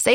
Say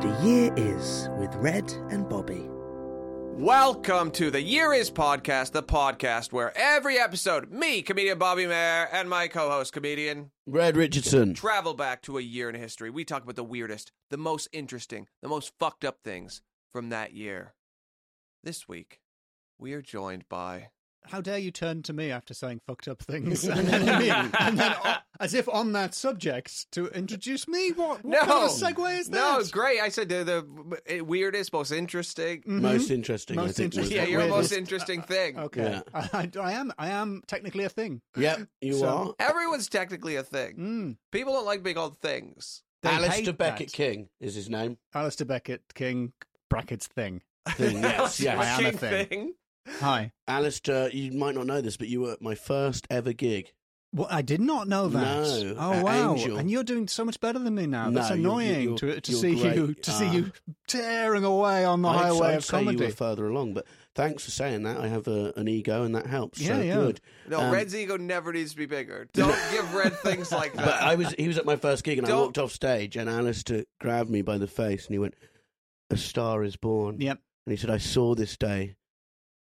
The year is with Red and Bobby. Welcome to the Year Is Podcast, the podcast where every episode, me, comedian Bobby Mayer, and my co host, comedian, Red Richardson. Mm-hmm. travel back to a year in history. We talk about the weirdest, the most interesting, the most fucked up things from that year. This week, we are joined by. How dare you turn to me after saying fucked up things, and then, to me, and then o- as if on that subject to introduce me? What, what No! kind of a segue is that? Mm, No, it's great. I said the, the weirdest, most interesting. Mm-hmm. Most interesting. I Most think, was interesting. Yeah, that you're the word. most interesting thing. Uh, Okay, Yeah. I, I am. I am technically a thing. Yep, you So- are. Everyone's technically a thing. Mm. People don't like being called things. They Alistair hate Beckett that. King is his name. Alistair Beckett King brackets thing. Thing, yes, I yes. am a Fucking thing. Hi. Alistair, you might not know this, but you were at my first ever gig. Well, I did not know that. No, oh at wow! Angel. And you're doing so much better than me now. That's No, you're- annoying you're- to, to you're see you great. to Ah. see you tearing away on the I'd- highway I'd of say you were comedy. further along, but thanks for saying that. I have a, an ego, and that helps. so Yeah, yeah. good. No, Um, Red's ego never needs to be bigger. Don't give Red things like Uh, that. But I was he was at my first gig, and I Don't- walked off stage, and Alistair grabbed me by the face, and he went, "A star is born." Yep. And he said, "I saw this day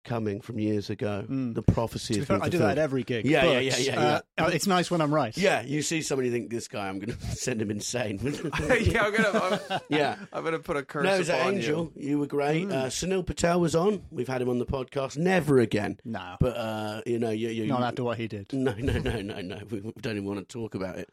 coming from years ago. Mm. The prophecy To be is." fair, I do that at every gig. Yeah, but, yeah, yeah, yeah, Uh, it's nice when I'm right. Yeah, you see somebody, you think this guy, I'm going to send him insane. yeah, I'm gonna, I'm, yeah. I'm gonna put a curse No, it was at upon Angel. you. You. were great. Hmm. Uh, Sunil Patel was on. We've had him on the podcast. Never again. No. But uh, you know, you, you Not after what he did. No, no, no, no, no. We don't even want to talk about it.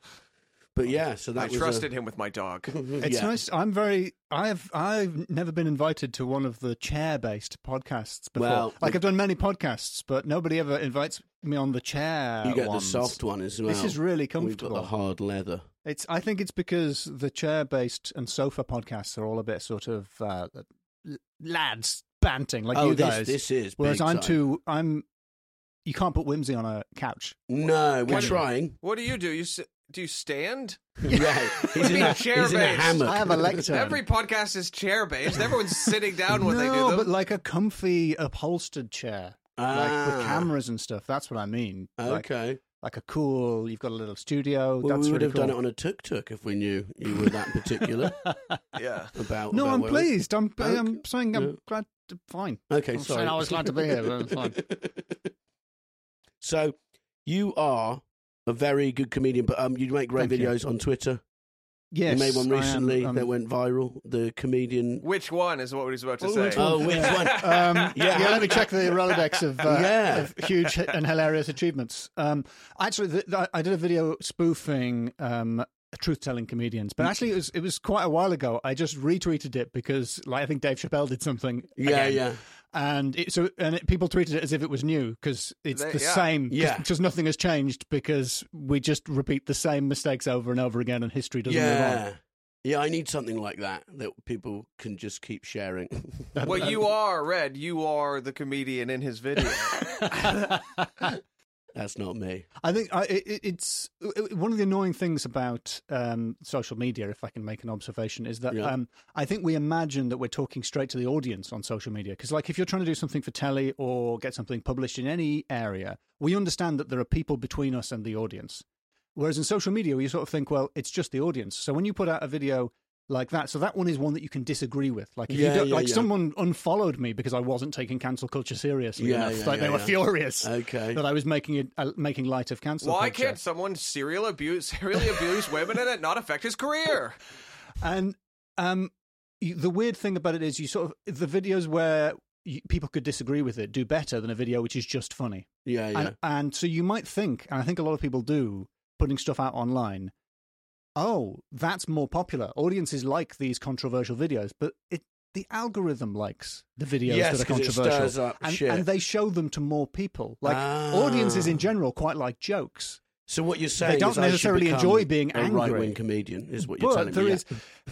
But yeah, so that I was a- trusted him with my dog. It's yeah. nice. I'm very. I've I've never been invited to one of the chair-based podcasts before. Well, like the- I've done many podcasts, but nobody ever invites me on the chair. You get ones. the soft one as well. This is really We've got comfortable. the hard leather. It's. I think it's because the chair-based and sofa podcasts are all a bit sort of uh, l- lads banting, like oh, you this guys. this is. Whereas big I'm time. too. I'm. You can't put whimsy on a couch. No, we're Can- trying. What do you do? You s- do you stand? yeah, he's, do you in mean a, he's in a chair-based? hammock. I have a lectern. Every podcast is chair based. Everyone's sitting down when no, they do them. but like a comfy upholstered chair, like Ah. with cameras and stuff. That's what I mean. Like, Okay. like a cool. You've got a little studio. Well, that's we would really have cool. done it on a tuk tuk if we knew you were that particular yeah. about. no, about where I'm we- pleased. I'm, Okay. I'm saying I'm Yeah. glad. To, fine. Okay, I'm sorry. saying I was glad to be here. but it's fine. so, you are a very good comedian, but um, you make great Thank you. videos on Twitter. Yes, you made one I am, recently um, that went viral. The comedian. Which one is what he was about to Oh, say? which one? Oh, which one? um, Yeah. yeah. let me check the Rolodex of, uh, Yeah. of huge hi- and hilarious achievements. Um, actually, the, the, I did a video spoofing um, truth-telling comedians. But actually, it was it was quite a while ago. I just retweeted it because, like, I think Dave Chappelle did something. Yeah, again. yeah. And it, so, and it, people tweeted it as if it was new because it's They- the yeah. same. Yeah. because nothing has changed because we just repeat the same mistakes over and over again, and history doesn't move on. Yeah. Yeah, I need something like that that people can just keep sharing. Well, you are Red. You are the comedian in his video. That's not me. I think I, it, it- it's it- one of the annoying things about um, social media, if I can make an observation, is that Yeah. um, I think we imagine that we're talking straight to the audience on social media. Because, like, if you're trying to do something for telly or get something published in any area, we understand that there are people between us and the audience. Whereas in social media, we sort of think, well, it's just the audience. So when you put out a video like that, so that one is one that you can disagree with. Like, if Yeah, you don't, yeah, like yeah. someone unfollowed me because I wasn't taking cancel culture seriously Yeah, enough. yeah, like yeah, they were yeah. furious Okay. that I was making it uh, making light of cancel Why culture. can't someone serial abuse serially abuse women and it not affect his career? And um, you, the weird thing about it is, you sort of the videos where you, people could disagree with it do better than a video which is just funny. Yeah, yeah. And, and so you might think, and I think a lot of people do, putting stuff out online. Oh, that's more popular. Audiences like these controversial videos, but it, the algorithm likes the videos Yes, that are 'cause it controversial, stirs up and, shit. and they show them to more people. Like Ah. audiences in general quite like jokes. So what you're saying don't is I should necessarily become enjoy being a angry. right-wing comedian is what you're telling But there me. is,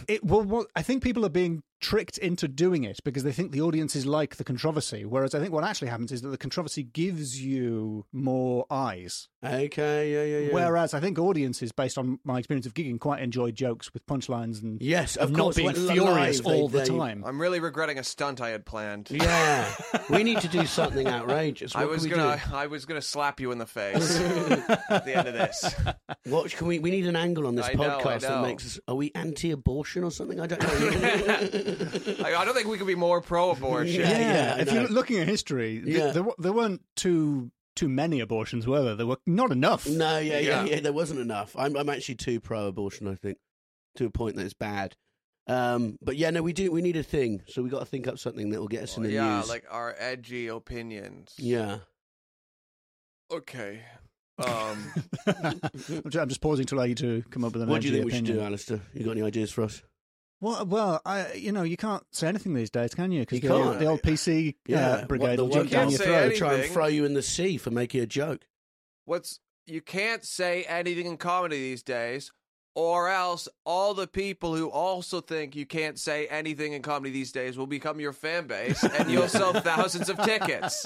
it, well, what, I think people are being tricked into doing it because they think the audiences like the controversy. Whereas I think what actually happens is that the controversy gives you more eyes. yeah. Okay, yeah, yeah, yeah. Whereas I think audiences, based on my experience of gigging, quite enjoy jokes with punchlines and yes, of not course, being when furious live, they- all the they- time. I'm really regretting a stunt I had planned. Yeah, we need to do something outrageous. What I was can we gonna I was gonna slap you in the face at the end of this. do? What can we? We need an angle on this I know, I podcast know. that makes us. Are we anti-abortion or something? I don't know. I, I don't think we could be more pro abortion. Yeah, yeah, I if you're know. looking at history, th- Yeah. there, wa- there weren't too too many abortions, were there? There were not enough. no, yeah, yeah, Yeah. yeah, There wasn't enough. I'm, I'm actually too pro-abortion. I think to a point that it's bad. Um, but yeah, no, we do. We need a thing. So we got to think up something that will get us in the yeah, news. like our edgy opinions. yeah. Okay. Um I'm, just, I'm just pausing to allow you to come up with an What do you edgy think we should opinion. do, Alistair? You got any ideas for us? Well, well, I you know you can't say anything these days, can you? Because You the, old- can't. the old PC uh, what brigade the will one jump down down your say throat. anything. try and throw you in the sea for making a joke. what's you can't say anything in comedy these days or else all the people who also think you can't say anything in comedy these days will become your fan base and you'll sell thousands of tickets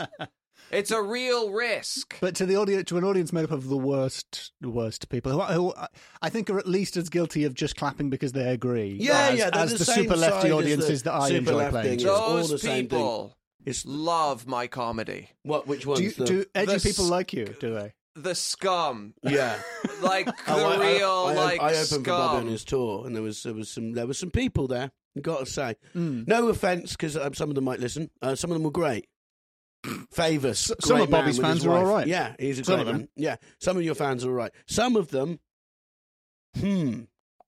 it's a real risk But to the audience, to an audience made up of the worst, the worst people, who, who I- I think are at least as guilty of just clapping because they agree. Yeah, as, yeah, they're as the the, same super side as lefty audiences the that I super enjoy left playing. thing. with. it's all the those same thing. people It's love my comedy what? Which one's Do, you, the? do edgy the people like you? Do they? the scum yeah. like the Oh, I- I- real I, op- like I opened scum for Bobby on his tour, and there was there was some there was some people there. Got to say, Hmm. no offense, because um, some of them might listen. Uh, some of them were great. Favors. S- some of Bobby's fans are all right. Yeah, he's a Some great of them. man. Yeah, some of your fans are all right. Some of them, hmm.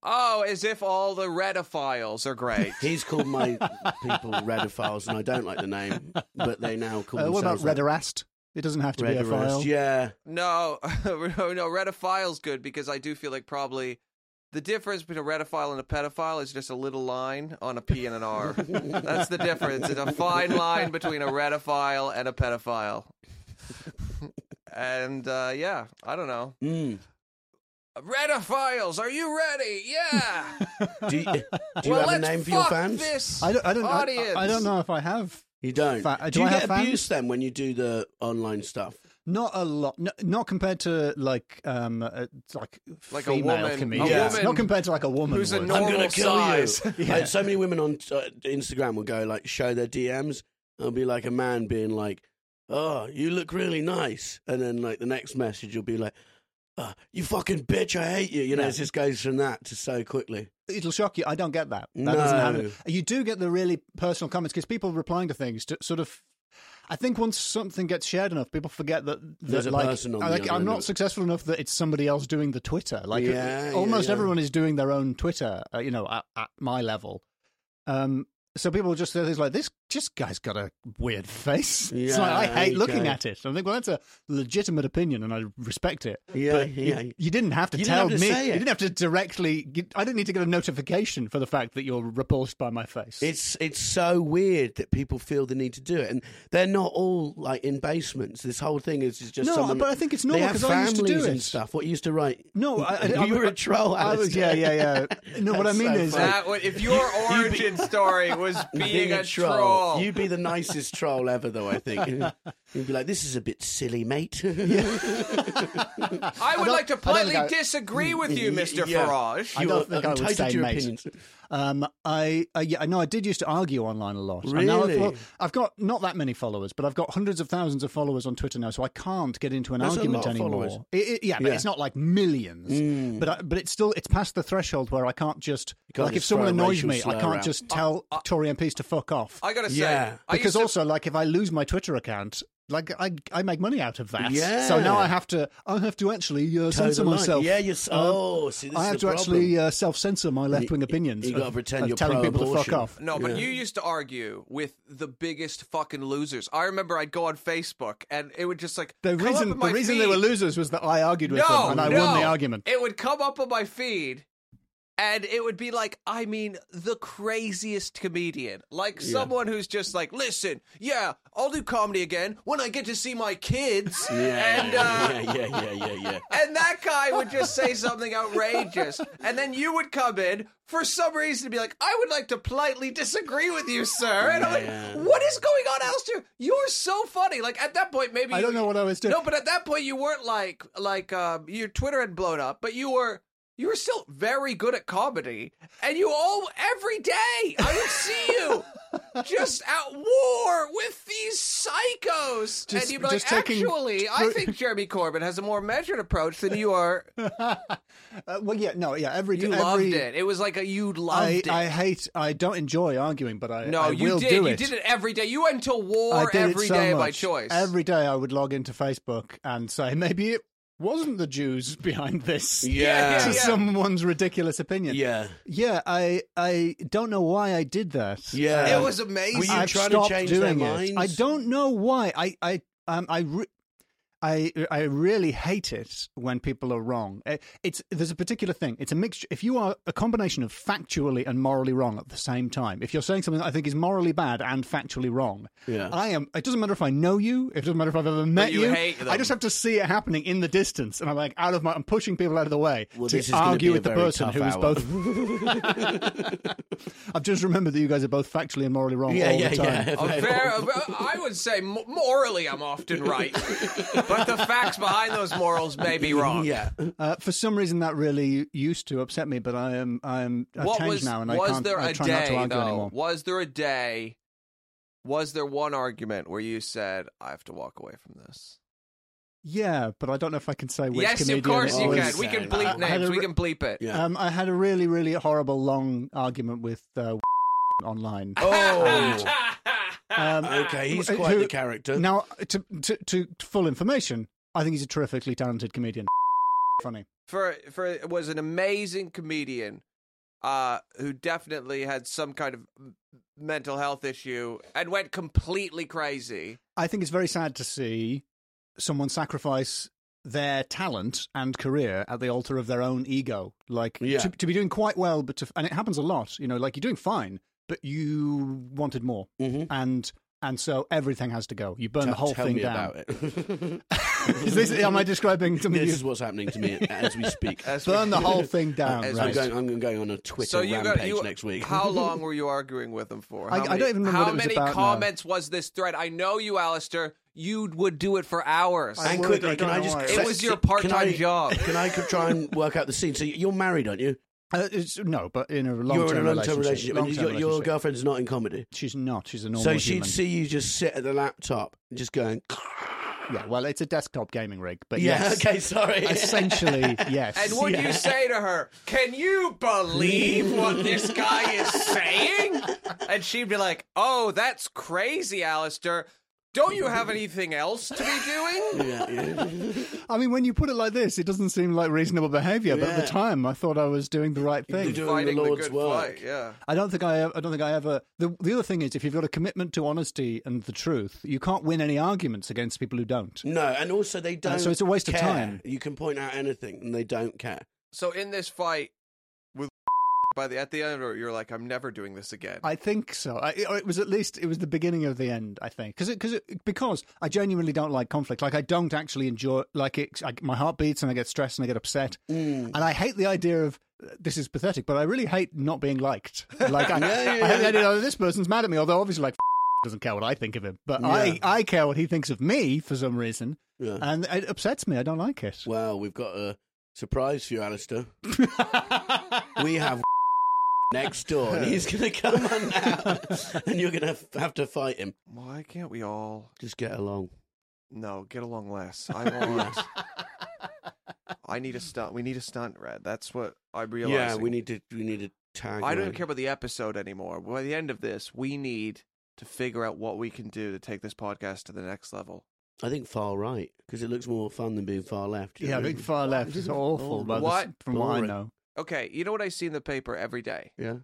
oh as if all the redophiles are great He's called my people redophiles, and I don't like the name, but they now call Uh, what about themselves that. Rederast? It doesn't have to be a Redderist, file. Yeah, No, no, no. Redophile's good because I do feel like probably the difference between a redophile and a pedophile is just a little line on a P and an R. That's the difference. It's a fine line between a redophile and a pedophile. And uh, yeah, I don't know. Mm. Redophiles, are you ready? Yeah. Do you, do you well, have a let's name for fuck your fans? This I don't. I don't, I- audience. I, I don't know if I have. You don't. Fa- uh, do do you I have get fans? abused then when you do the online stuff? Not a lot. No, not compared to like um uh, like Like a female woman- a comedians. woman Not compared to like a woman who's a would. normal I'm gonna kill size. you. Like, so many women on uh, Instagram will go like show their DMs. It'll be like a man being like, "Oh, you look really nice," and then like the next message will be like. "Ah, you fucking bitch! I hate you. You know, Yeah. it just goes from that to so quickly. it'll shock you. I don't get that. That No. doesn't happen. You do get the really personal comments because people replying to things to sort of. I think once something gets shared enough, people forget that, that There's a like, person on the like, other I'm end not of it. successful enough that it's somebody else doing the Twitter. Like Yeah, yeah, almost yeah. everyone is doing their own Twitter. Uh, you know, at, at my level, um, so people just say things like this this guy's got a weird face. it's like, Yeah, I hate looking okay. at it. I think, well, that's a legitimate opinion and I respect it. Yeah, but yeah. You, you didn't have to You didn't tell have to me. say it. You didn't have to directly. You, I didn't need to get a notification for the fact that you're repulsed by my face. It's it's so weird that people feel the need to do it, and they're not all like in basements. This whole thing is just No, someone- but I think it's they normal have 'cause I used to do families it. and stuff. What you used to write? No, I- I- you I- were I- a troll. I was- Alistair. yeah, yeah, yeah. No, what I That's mean so is- funny. That would, if your origin story was being a troll, You'd be the nicest troll ever, though. I think you'd be like, "This is a bit silly, mate." I would don't- like to I don't think politely I- disagree with you, Mr. Mm, Yeah. Farage. I You don't are think I would entitled say to your mate. opinions. Um, I, I yeah, no, I did used to argue online a lot. And now I've, Really? well, I've got not that many followers, but I've got hundreds of thousands of followers on Twitter now, so I can't get into an That's a argument lot of anymore. followers. It- it- yeah, but Yeah. Mm. it's not like millions. But I, but it's still it's past the threshold where I can't just can't like if just someone throw a annoys racial me, I slur can't around. just tell Tory MPs to fuck off. I gotta say, Yeah. I used because to- also like if I lose my Twitter account. Like I, I make money out of that. Yeah. So now I have to, I have to actually Toe uh, censor the line. myself. Yeah, you're. s- Um, Oh, see, this I is have the to problem. actually uh, self-censor my left-wing opinions. you gotta of- pretend of you're telling people to fuck pro-abortion. off. No, but Yeah. you used to argue with the biggest fucking losers. I remember I'd go on Facebook and it would just like come The up in reason the my reason they feed. were losers was that I argued with no, them and I no. won the argument. It would come up on my feed. And it would be like, I mean, the craziest comedian. Like someone who's just like, listen, yeah, I'll do comedy again when I get to see my kids. Yeah, and, uh, yeah, yeah, yeah, yeah, yeah, yeah. And that guy would just say something outrageous. And then you would come in for some reason to be like, I would like to politely disagree with you, sir. And Yeah. I'm like, what is going on, Alistair? You're so funny. Like at that point, maybe I you- don't know what I was doing. No, but at that point you weren't like like um, your Twitter had blown up, but you were you were still very good at comedy. And you all every day I would see you just at war with these psychos. Just- and you'd be like, just taking- actually, I think Jeremy Corbyn has a more measured approach than you are. Uh, well, yeah, no, yeah. Every You every, loved it. It was like a you loved I, it. I hate. I don't enjoy arguing, but I no, I you will did. do you it. did it every day. You went to I war did every day it so much. by choice. Every day I would log into Facebook and say maybe it wasn't the Jews behind this. Yeah. To yeah. someone's ridiculous opinion. Yeah. Yeah, I I don't know why I did that. Yeah. it was amazing. Were you I've trying to stopped change doing their minds? it. I don't know why. I I um I. Re- I I really hate it when people are wrong. Uh, It's there's a particular thing. It's a mixture. If you are a combination of factually and morally wrong at the same time, if you're saying something that I think is morally bad and factually wrong, Yeah. I am. It doesn't matter if I know you. It doesn't matter if I've ever met you hate them. I just have to see it happening in the distance, and I'm like out of my. I'm pushing people out of the way Well, to this is gonna argue be a with the very person tough who is hour. both I've just remembered that you guys are both factually and morally wrong Yeah, all yeah, the time. yeah. A fair- I would say mo- morally, I'm often right, but the facts behind those morals may be wrong. Yeah. Uh, for some reason, that really used to upset me, but I am I am I've What changed was now, and I was can't. there a I try day not to argue though? anymore. Was there a day? Was there one argument where you said, "I have to walk away from this"? Yeah, but I don't know if I can say which. yes, comedian of course it you was. can. We can Always say bleep that. I had names. a we re- can bleep it. Yeah. Um, I had a really, really horrible long argument with uh, online. Oh. Um, Okay, he's who- quite the character. Now, to, to to full information, I think he's a terrifically talented comedian. Funny. for for was an amazing comedian uh who definitely had some kind of m- mental health issue and went completely crazy I think it's very sad to see someone sacrifice their talent and career at the altar of their own ego. Like Yeah. to, to be doing quite well, but to, and it happens a lot. You know, like you're doing fine, but you wanted more, Mhm. and and so everything has to go. You burn the Tell- whole tell thing me down. about it. Is this, am I describing something? this you- is what's happening to me as we speak. As we- burn the whole thing down. As I'm right. going. I'm going on a Twitter so you rampage got you, next week. how long were you arguing with him for I- How I don't even remember how what it was many about now. comments was this thread i know you alistair you would do it for hours I and would, I quickly, don't can I know just? why. It let's was see- your can part-time I- job. Can I could try and work out the scene? So you're married, aren't you? Uh, it's, no, but in a long-term You're in a long-term relationship. relationship, and Long-term your, your relationship. girlfriend's not in comedy, She's not. She's a normal so she'd human. see you just sit at the laptop, and just going. Yeah, well, it's a desktop gaming rig, but Yeah. yes. Okay. Sorry. Essentially, yes. and would you say to her can you believe what this guy is saying and she'd be like oh that's crazy alistair Don't you have anything else to be doing? Yeah, yeah. I mean, when you put it like this, it doesn't seem like reasonable behaviour. But at the Yeah. time, I thought I was doing the right thing. do Doing the Fighting the, Lord's good work. fight. Yeah. I don't think I. I don't think I ever. The, the other thing is, if you've got a commitment to honesty and the truth, you can't win any arguments against people who don't. No, and also they don't. Uh, so it's a waste of care. time. You can point out anything, and they don't care. So in this fight with by the at the end, you're like, I'm never doing this again. I think so. I, or it was at least it was the beginning of the end. I think because because because I genuinely don't like conflict. Like I don't actually enjoy. Like it, I, my heart beats and I get stressed and I get upset. Mm. And I hate the idea of uh, this is pathetic, but I really hate not being liked. Like I, Yeah, yeah, I hate the yeah. idea. Oh, this person's mad at me. Although obviously, like doesn't care what I think of him, but I Yeah. I care what he thinks of me for some reason, Yeah. and it upsets me. I don't like it. Well, we've got a surprise for you, Alistair. we have next door, and he's going to come on now, and you're going to have to fight him. Why can't we all Just get along. no get along less? I want. I need a stunt. We need a stunt, Red. That's what I realized. Yeah, we need to. We need to tag. I don't care about the episode anymore. By the end of this, we need to figure out what we can do to take this podcast to the next level. I think far right because it looks more fun than being far left. you Yeah, know? being far left is awful. But What? from what I Boring. know, Okay, you know what I see in the paper every day? Yeah.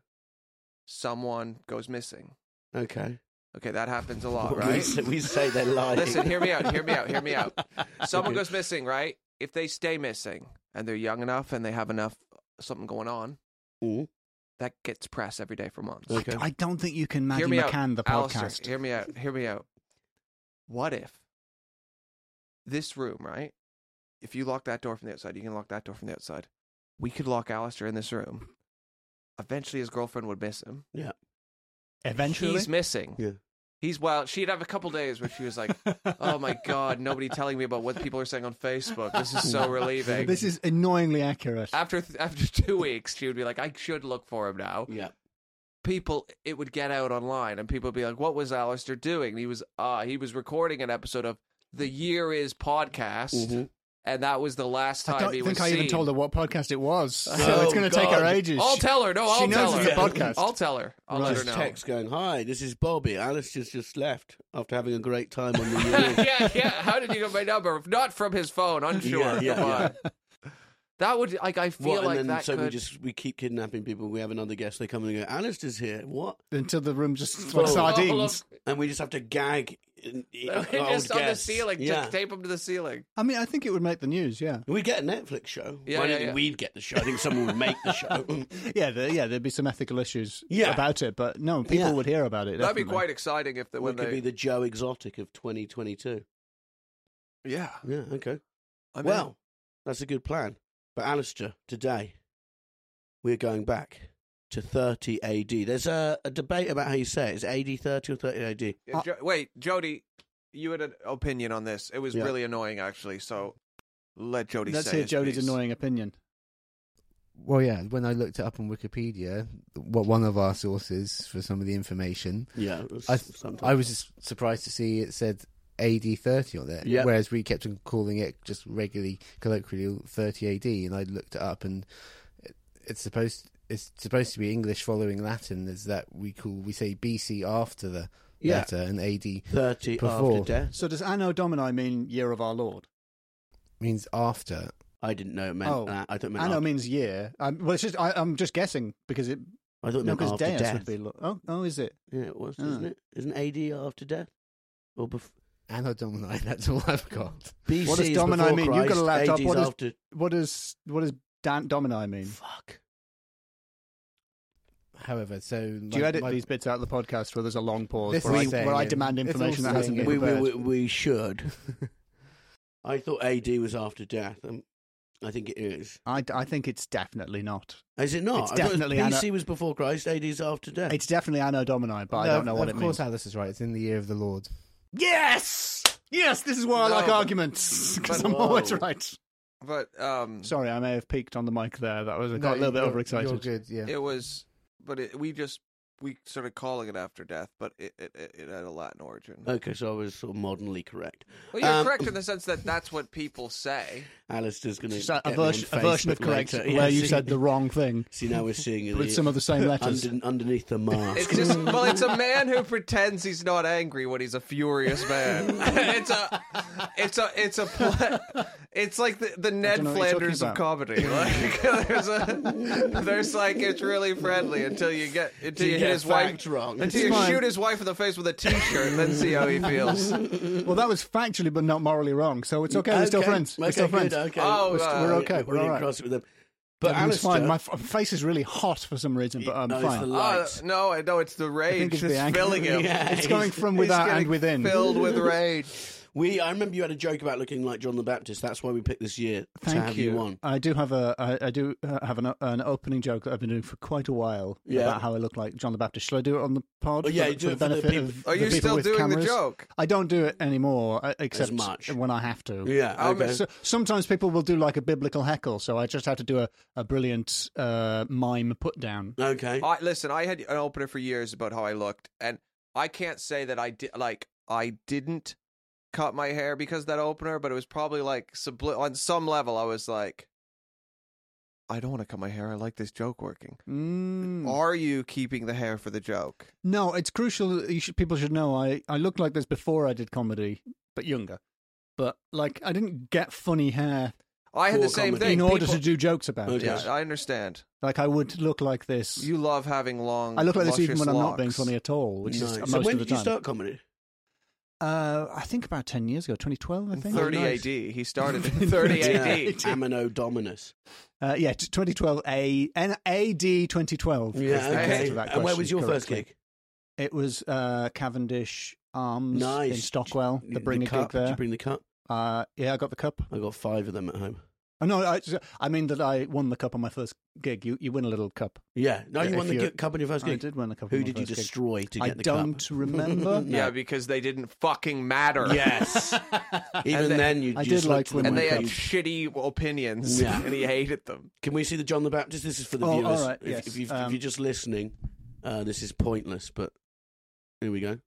Someone goes missing. Okay. Okay, that happens a lot, We right? s- We, say they're lying. Listen, hear me out, hear me out, hear me out. Someone Okay. goes missing, right? If they stay missing and they're young enough and they have enough something going on, Mm. that gets press every day for months. Okay. I don't think you can Maggie hear me McCann out, the Alistair, podcast. hear me out. Hear me out. What if this room, right? If you lock that door from the outside, you can lock that door from the outside. We could lock Alistair in this room. Eventually, his girlfriend would miss him. Yeah. Eventually, He's missing. Yeah. He's well. She'd have a couple days where she was like, "Oh my god, nobody telling me about what people are saying on Facebook. This is so relieving." This is annoyingly accurate. after after two weeks, she would be like, "I should look for him now." Yeah. people it would get out online and people would be like what was Alistair doing and he was uh he was recording an episode of the year is podcast Mhm. and that was the last I time don't he think was I seen even told her what podcast it was, so Oh, it's going to take God. her ages. I'll tell her no she I'll knows tell her it's a podcast. I'll tell her I'll let her Just know text going, "Hi, this is Bobby. Alistair's just left after having a great time on the year." yeah yeah how did you get my number not from his phone unsure Yeah, yeah, Come on. that would like I feel What, and like then that so we could just we keep kidnapping people. We have another guest. They come in and go, "Alistair's here." What? Until the room just Oh, like look. sardines. And we just have to gag. and- They're old just on the guests. ceiling Yeah. just tape him to the ceiling I mean, I think it would make the news. Yeah, we get a Netflix show. Yeah, Why yeah, don't yeah. we get the show? I think someone would make the show. yeah, there, yeah. There'd be some ethical issues Yeah. about it, but no, people Yeah. would hear about it. that'd be definitely. quite exciting if the, we when could they be the Joe Exotic of 2022. yeah Yeah. Okay. I mean, well, that's a good plan. But Alistair, today we're going back to 30 AD. There's a, a debate about how you say it. Is it AD 30 or 30 AD? Yeah, Jo- wait, Jody, you had an opinion on this. It was Yeah. really annoying, actually. So let Jody Let's say hear his Jody's piece. annoying opinion. Well, yeah, when I looked it up on Wikipedia, what one of our sources for some of the information, Yeah. I I was just surprised to see it said AD 30 on it, Yep. whereas we kept on calling it just regularly, colloquially 30 AD, and I looked it up, and it- it's supposed it's supposed to be English following Latin, is that we call we say BC after the Yeah. letter and AD 30 before. after death. So does Anno Domini mean year of our Lord? means after. I didn't know it meant Oh. that. uh, I thought it meant. Anno after- means year. i well, it's just I, I'm just guessing because it I thought it no, meant because after Deus death. would be. Lo- oh, oh, is it? Yeah, it was, Ah. isn't it? Isn't AD after death? Or bef- Anno Domini, that's all I've got. BC does is Domini before mean? You've got a Christ, laptop, AD what is is- after. What does what does Dan Domini mean? Fuck. However, so. Do you edit these bits out of the podcast where there's a long pause This where, I, is- where I demand It's all information that hasn't saying been it. We, we, prepared? we, we should. I thought AD was after death. Um, I think it is. I, I think it's definitely not. Is it not? It's I thought it was definitely BC Anno- was before Christ, AD is after death. It's definitely Anno Domini, but I don't know what it uh, Of course, means. Alice is right. It's in the year of the Lord. Yes! Yes, this is why I No, like but- arguments, because but- I'm always Whoa. right. But um, Sorry, I may have peaked on the mic there. That was I got a No, little bit you're- overexcited. You're good, yeah. it was. But it, we just we started calling it after death, but it it, it, it had a Latin origin. Okay, so I was sort of modernly correct. well, you're Uh, um, correct in the sense that that's what people say. Alistair's going It's just to a, a version, a version of correct later. where Yeah, you see- said the wrong thing See, now we're seeing it with here. some of the same letters. Under, underneath the mask. It's just well, it's a man who pretends he's not angry when he's a furious man. it's a, it's a, it's a, pla- it's like the, the Ned know what you're Flanders of comedy. Like there's a, there's like it's really friendly until you get until you, you hit get his wife facts wrong. until It's you fine. shoot his wife in the face with a t-shirt, then see how he feels. well, that was factually but not morally wrong, so it's okay. We're still friends. We're Okay, still friends. good, okay. Oh, We're uh, We're still- okay. We We're all didn't right. cross it with them. But Everything's Alistair, fine. My f- face is really hot for some reason, but I'm no, it's the fine. lights. Uh, no, I know it's the rage it's that's the anger. filling him. Yeah. It's going from He's without and getting within. filled with rage. we, I remember you had a joke about looking like John the Baptist. That's why we picked this year to Thank have you. on. I do have a. I, I do uh, have an, o- an opening joke that I've been doing for quite a while Yeah. about how I look like John the Baptist. Shall I do it on the pod? Oh, yeah, for, you do it for for the benefit people- of Are the you people still with doing cameras. the joke? I don't do it anymore, uh, except much. when I have to. Yeah, Um, okay. So, sometimes people will do like a biblical heckle, so I just have to do a, a brilliant uh, mime put down. okay. I listen. I had an opener for years about how I looked, and I can't say that I did. Like I didn't cut my hair because of that opener, but it was probably like subli- on some level. I was like, I don't want to cut my hair. I like this joke working. Mm. Are you keeping the hair for the joke? No, it's crucial. that You should, people should know. I, I looked like this before I did comedy, but younger. But like, I didn't get funny hair I had For the same comedy. thing. in order People- to do jokes about Okay. it. Yeah, I understand. Like, I would look like this. You love having long. I look like this even luscious when I'm not being locks. funny at all, which Nice. is most so when of the did you time. start comedy? Uh, I think about ten years ago, 2012. I Mm, think 30 Oh, nice. AD. He started in 30 Yeah. AD. Amino Dominus. Uh, yeah, t- 2012 A and AD 2012. is the Yeah, okay. answer okay. to that And where was question your first correctly. gig? It was uh, Cavendish Arms Nice. in Stockwell. The bring a gig cup. Did there. you bring the cup? Uh, yeah, I got the cup. I got five of them at home. Oh, no, I, I mean that I won the cup on my first gig. You you win a little cup. Yeah. No, Yeah, you won if the you- gi- cup on your first I gig. did win a cup. Who on my did you first gig. destroy to I get the cup? don't No. remember. Yeah, because they didn't fucking matter. Yes. Even And they- then, you I just looked did like at them And they women. had like, shitty opinions, Yeah. and he hated them. Can we see the John the Baptist? This is for the Oh, all viewers. right, if, yes. if, you've, Um, if you're just listening, uh, this is pointless. But here we go.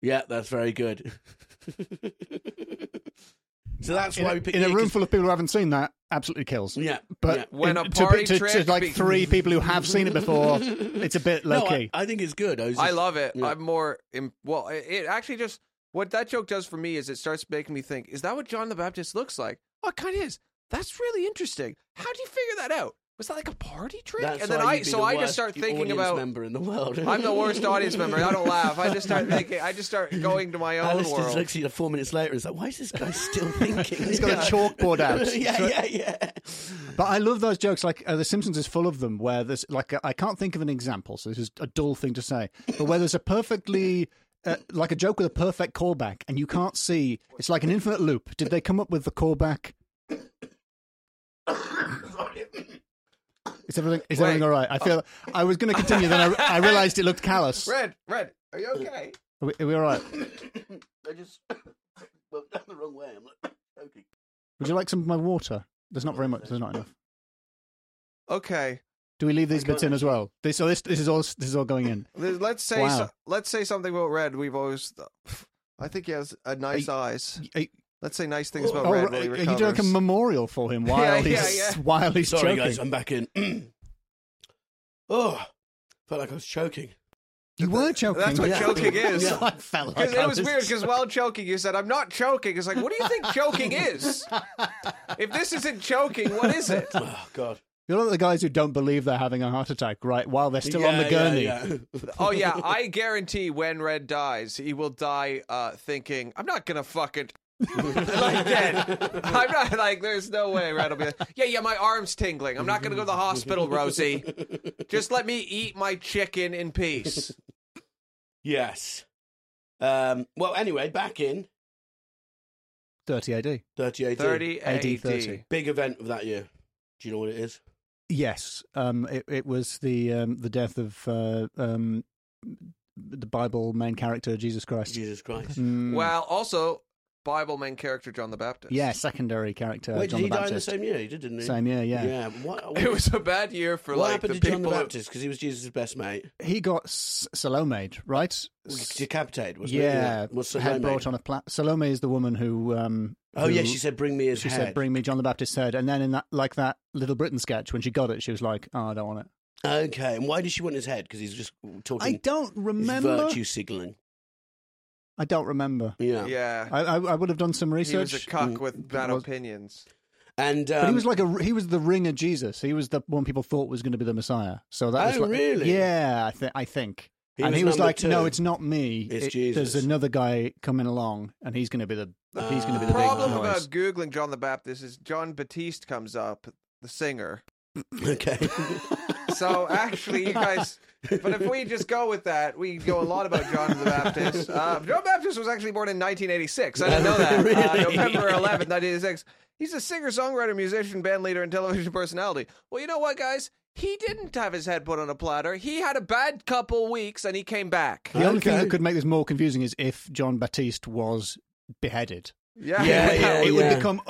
Yeah, that's very good. so that's In why a, we picked in a you, room 'cause- full of people who haven't seen that, absolutely kills. Yeah, But yeah. When in- a to- party to, to, trick like be- three people who have seen it before, it's a bit low no, I, key. I think it's good. I, was I just- love it. yeah. I'm more im- well. It, it actually just what that joke does for me is it starts making me think: Is that what John the Baptist looks like? Oh, it kind of is. That's really interesting. How would you figure that out? Was that like a party trick? That's and then why I, you'd be so the I just worst start thinking audience about. member in the world. I'm the worst audience member. I don't laugh. I just start thinking. I just start going to my own Alistair world. looks at you four minutes later and is like, "Why is this guy still thinking?" He's got a chalkboard out. yeah, yeah, yeah. But I love those jokes. Like uh, The Simpsons is full of them, where there's like uh, I I can't think of an example, so this is a dull thing to say. But where there's a perfectly uh, like a joke with a perfect callback, and you can't see. It's like an infinite loop. Did they come up with the callback? Is everything is Wait. everything all right? I feel I was going to continue, then I, I realized it looked callous. Are Red, red, are you okay? we, are we all right? I just well down the wrong way. I'm like, okay. Would you like some of my water? There's not very much. There's not enough. Okay. Do we leave these I bits got in it. as well? This, so this this is all this is all going in. Th- Let's say Wow. so, let's say something about red. We've always. I think he has a nice eyes. Are, Let's say nice things about oh, red. are while he you doing like a recovers. memorial for him while Yeah, he's yeah, yeah. while he's Sorry, choking? guys, I'm back in. oh, felt like I was choking. you were choking. That's what Yeah. choking is. Yeah. I felt like Because I it was weird. Because while choking, you said, "I'm not choking." It's like, what do you think choking is? If this isn't choking, what is it? Oh God. You're like the guys who don't believe they're having a heart attack right while they're still on Yeah, the gurney. yeah, yeah. Oh yeah, I guarantee when Red dies, he will die uh, thinking, "I'm not gonna fucking." like dead. I'm not like there's no way Red will be like, Yeah, yeah, my arm's tingling. I'm not gonna go to the hospital, Rosie. Just let me eat my chicken in peace. Yes. Um. Well, anyway, back in 30 AD. 38. Thirty AD. AD 30. Big event of that year. Do you know what it is? Yes, um, it, it was the um, the death of uh, um, the Bible main character Jesus Christ. Jesus Christ. Mm. Well, also Bible main character John the Baptist. Yeah, secondary character. Wait, did John he the die in the Baptist. same year? He did, didn't he? Same year, yeah. Yeah. What, what, It was a bad year for what like happened the to people. John the who- Baptist? Because he was Jesus' best mate. He got S- Salome, right? Decapitated, wasn't yeah, it? Was head brought on a pla- Salome is the woman who. Um, Oh, who- yeah, she said, bring me his She head. said, "Bring me John the Baptist's head," and then in that, like that Little Britain sketch, when she got it, she was like, "Oh, I don't want it." Okay, and why did she want his head? Because he's just talking. I don't he's remember. virtue signaling. I don't remember. Yeah. Yeah, I, I, I would have done some he was a research. cuck with bad Was- opinions. And um, But he was like a he was the ringer Jesus. He was the one people thought was going to be the Messiah. So that Oh, was like, really? Yeah, I, th- I think. He and was he was number like, "No, two. it's not me. It's It- Jesus." There's another guy coming along, and he's going to be the he's going to be Uh, the Problem big about noise." googling John the Baptist is John Batiste comes up, the singer. okay. So actually, you guys. But if we just go with that, we go a lot about John the Baptist. Uh, John Baptist was actually born in 1986. I didn't know that. Really? Uh, November 11th, 1986. He's a singer, songwriter, musician, band leader, and television personality. Well, you know what, guys? He didn't have his head put on a platter. He had a bad couple weeks, and he came back. The only thing Okay. that could make this more confusing is if John Baptiste was beheaded. Yeah, Yeah, it yeah, would yeah. become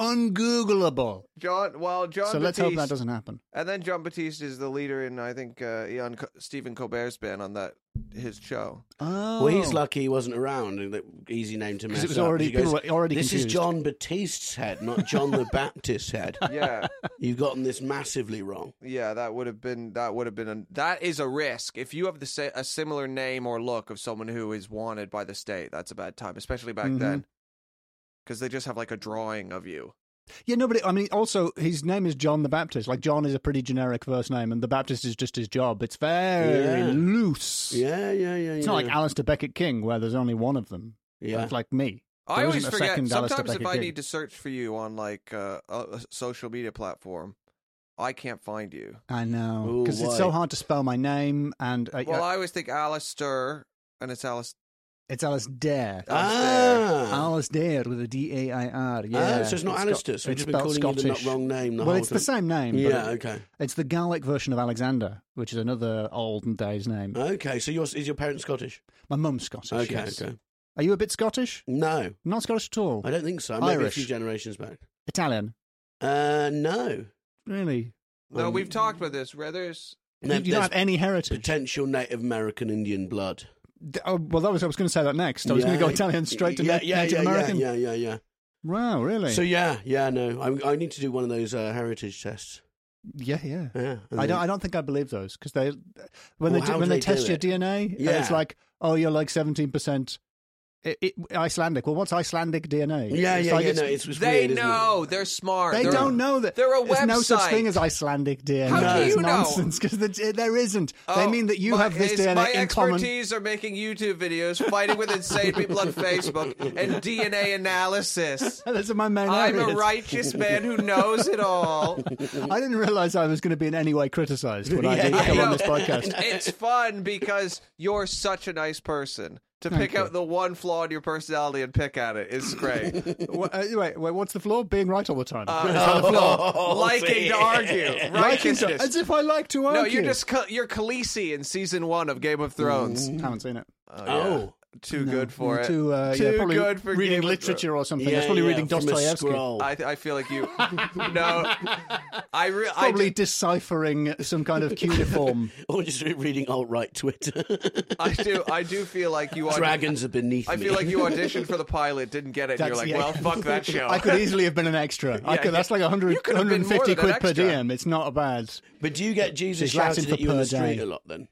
ungoogleable. John. Well, John. so let's hope Batiste- that doesn't happen. And then John Batiste is the leader in, I think, uh, Ian Co- Stephen Colbert's band on that his show. Oh, well, he's lucky he wasn't around. and that- Easy name to mess 'Cause it was up. already- He goes, people were already This confused." is John Baptiste's head, not John the Baptist's head. Yeah, You've gotten this massively wrong. yeah, that would have been that would have been a, that is a risk. If you have the sa- a similar name or look of someone who is wanted by the state, that's a bad time, especially back Mhm. then, because they just have like a drawing of you. Yeah, no, but it- I mean, also his name is John the Baptist. Like John is a pretty generic first name, and the Baptist is just his job. It's very Yeah. loose. Yeah, yeah, yeah. It's yeah. not like Alistair Beckett King, where there's only one of them. Yeah. It's like me. I There always isn't a forget. second Alistair Sometimes if Beckett I King. need to search for you on like uh, a, a social media platform, I can't find you. I know Ooh, because why? it's so hard to spell my name, and uh, Well, uh, I always think Alistair, and it's Alice. it's Alistair. Ah. Alistair with a D A I R. Yeah, Ah, so it's not got- Alistair. So we've it's just been calling spelled you the Scottish. not wrong name. The well, whole it's the time. same name. but Yeah, it- okay. It's the Gaelic version of Alexander, which is another olden days name. Okay, so yours, is your parents Scottish? My mum's Scottish. Ah. Okay, yes. okay. Are you a bit Scottish? No, Not Scottish at all. I don't think so. Maybe Irish. a few generations back. Italian. Uh, no. Really? No, Um, we've talked about this. Where there's You- you don't there's have any heritage. potential Native American Indian blood. D- oh, well, that was I was going to say that next. I was going to Yeah. go Italian straight to yeah, Na- yeah, Native yeah, American. Yeah, yeah, yeah, Wow, yeah. really? So yeah, yeah, no, I, I need to do one of those uh, heritage tests. yeah, yeah. Yeah, Uh, and I then- don't. I don't think I believe those because they when Well, they how do, when do they, they do test your it? DNA, and it's Yeah. like, oh, you're like seventeen percent Icelandic. Well, what's Icelandic DNA? Yeah, It's yeah, like yeah. it's- no, it's, it's they weird, isn't it? know they're smart. They They're- don't know that They're a There's no such website. thing as Icelandic DNA. How do It's you know? nonsense because there isn't. they Oh, mean that you my- have this it's- DNA My in common. expertise are making YouTube videos, fighting with insane people on Facebook, and DNA analysis. Those are my main I'm a areas. righteous man who knows it all. I didn't realize I was going to be in any way criticised when I Yeah, did I come on know. this podcast. It's fun because you're such a nice person. To pick out the one flaw in your personality and pick at it is great. Wha- uh, wait, wait, what's the flaw? Being right all the time. Uh, on the floor, Oh, liking to yeah. argue, Liking to- righteousness. as if I like to argue. No, you're just Khal- you're Khaleesi in season one of Game of Thrones. haven't seen it. Oh, Oh. too good for Mm-hmm. Mm. You're it. Too, uh, too yeah, probably good for reading Game of literature or something. Yeah, That's probably yeah, reading from a Dostoevsky. scroll. I, th- I feel like you. no, I re- Probably I, did, deciphering some kind of cuneiform. or just re- reading alt right Twitter. I do. I do feel like you. Aud- Dragons are beneath I me. feel like you auditioned for the pilot, didn't get it. and You're That's- like, yeah. well, fuck that show. I could easily have been an extra. I Yeah, could, that's like you 100, could have been more than 150 an quid per extra. DM. It's not bad. But do you get Jesus It's Latin shouted for at you on per the street day. a lot then?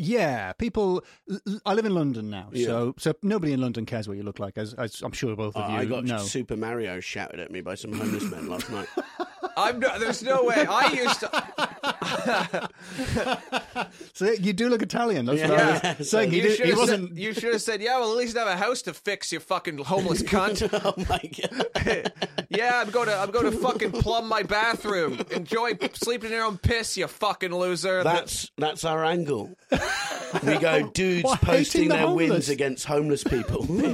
Yeah, people. l- l- I live in London now, Yeah. so so nobody in London cares what you look like, as, as I'm sure both of Uh, you I got know. Super Mario shouted at me by some homeless men last night. I'm no, there's no way. I used to. So you do look Italian. That's Yeah. what I was Yeah. saying. He, you did- should he have wasn't. Said, you should have said, yeah. Well, at least I have a house to fix. You fucking homeless cunt. oh my god! yeah, I'm going to. I'm going to fucking plumb my bathroom. Enjoy sleeping in your own piss. You fucking loser. That's that's our angle. We go dudes Why hating posting the their homeless? wins against homeless people.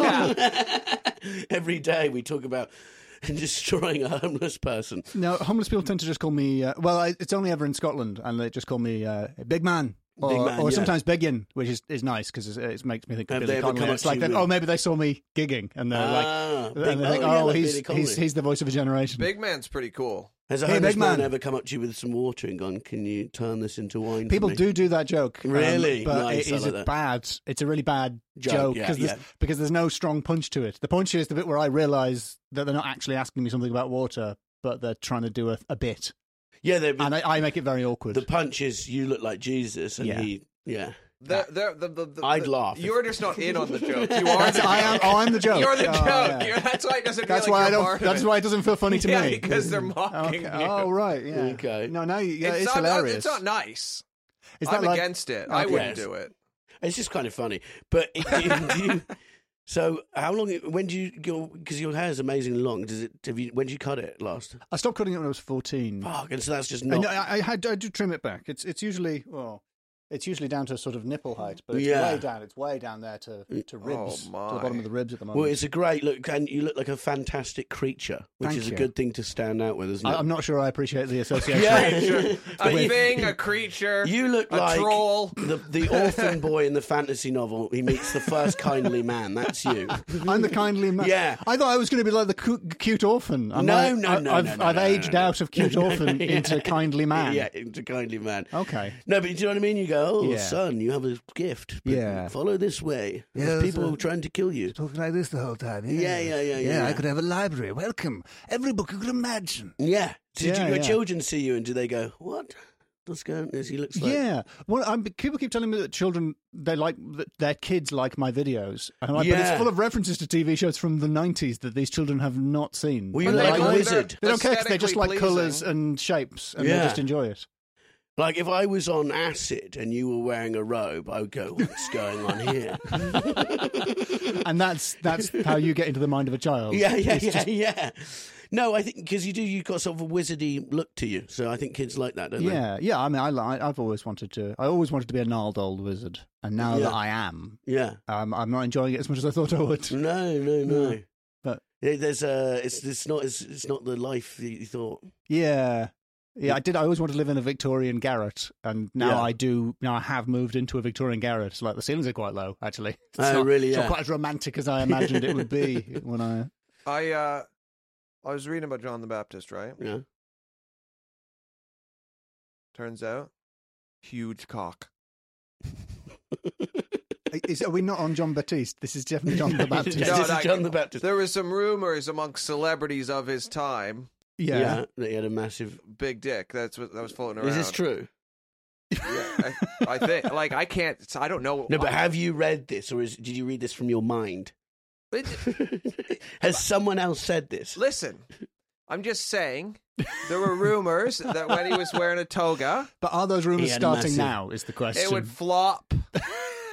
Every day we talk about destroying a homeless person. No, homeless people tend to just call me. Uh, well, I, it's only ever in Scotland, and they just call me uh, big man. Big or, man, or yeah. sometimes begging, which is, is nice because it makes me think of Have they Billy ever Connolly. come up It's to like, you that, with- oh, maybe they saw me gigging and they're Ah, like, and big- they think, oh, yeah, oh, like he's, Billy Connolly. he's he's the voice of a generation. Big man's pretty cool. Has a Hey, homeless big man. man. ever come up to you with some water and gone, "Can you turn this into wine?" for People me?" do do that joke, um, Really? but Nice, it I is like a that. bad. It's a really bad Joke, joke yeah, because there's, yeah. because there's no strong punch to it. The punch is the bit where I realise that they're not actually asking me something about water, but they're trying to do a, a bit, Yeah, they, and I, I make it very awkward. the punch is you look like Jesus, and Yeah. he, yeah, They're, they're, the, the, the, I'd the- laugh if- You're just not in on the joke. You are. That's- The I am. joke. Oh, I'm the joke. You're the Oh, joke. yeah. You're, that's why it doesn't. That's feel why like I you're don't. part of That's it. why it doesn't feel funny to Yeah, me because they're mocking Okay. you. Oh right. Yeah. Okay. No, no. Yeah, it's, not, hilarious. It's not nice. Is that I'm like- against it. I Okay. wouldn't Yes. do it. it's just kind of funny. But it, do you, do you- so, how long? When do you go? Because your hair is amazingly long. Does it? Have you? When did you cut it last? I stopped cutting it when I was fourteen. Fuck, and so that's just I, not. know, I, I, had- I do trim it back. It's it's usually well, it's usually down to sort of nipple height, but it's Yeah. Mm, oh way down. It's way down there to to ribs, to my. the bottom of the ribs at the moment. well, it's a great look, and you look like a fantastic creature, which Thank is a you. good thing to stand out with, isn't it? I, I'm not sure I appreciate the association. Yeah. Creature. But a you- thing, a creature. You look a like troll. The, the orphan boy in the fantasy novel. He meets the first kindly man. That's you. I'm the kindly man. Yeah. I thought I was going to be like the cu- cute orphan. I'm No, like, no, I, no, I've, no, no, I've no, no, aged no. out of cute orphan into kindly man. Oh, Yeah, into kindly man. Okay. No, but do you know what I mean? You go, oh, Yeah. son, you have a gift. but Yeah. Follow this way. Yeah, There's that's people a- trying to kill you. Talking like this the whole time. Yeah, yeah, yeah, yeah, I yeah. could have a library. Welcome. Every book you could imagine. Yeah. So Yeah, do your yeah. children see you and do they go, what? What's going on? He looks like. yeah. Well, I'm, people keep telling me that children, they like, that their kids like my videos. And I'm like, But Yeah. it's full of references to TV shows from the 90s that these children have not seen. Well, you And look they like a they- wizard. They don't care 'cause they just like Aesthetically colours pleasing. and shapes and they Yeah. just enjoy it. Like if I was on acid and you were wearing a robe, I would go, what's going on here? And that's that's how you get into the mind of a child. Yeah, yeah, yeah, yeah. No, I think because you do, you've got sort of a wizardy look to you. So I think kids like that, don't they? Yeah, yeah. I mean, I, li- I've always wanted to. I always wanted to be a gnarled old wizard, and now Yeah. that I am, Yeah. um, I'm not enjoying it as much as I thought I would. No, no, no. No, but- Yeah, there's a. It's it's not it's, it's not the life that you thought. Yeah, yeah. I did. I always wanted to live in a Victorian garret, and now Yeah. I do. Now I have moved into a Victorian garret. It's like the ceilings are quite low, actually. It's Oh, not, really, It's yeah. not quite as romantic as I imagined it would be when I. I uh, I was reading about John the Baptist, right? Yeah. Turns out, huge cock. Is, are we not on John Baptiste? This is definitely John the Baptist. Yeah, No, this no, is I- John the Baptist. There was some rumors among celebrities of his time. Yeah. that he had a massive. uh, Big dick. That's what that was floating around. Is this true? Yeah, I, I think. Like I can't. I don't know. No, but have you read this, or is, did you read this from your mind? Has someone else said this? Listen, I'm just saying. There were rumors that when he was wearing a toga, But are those He rumors had a starting massive- now? Is the question. it would flop.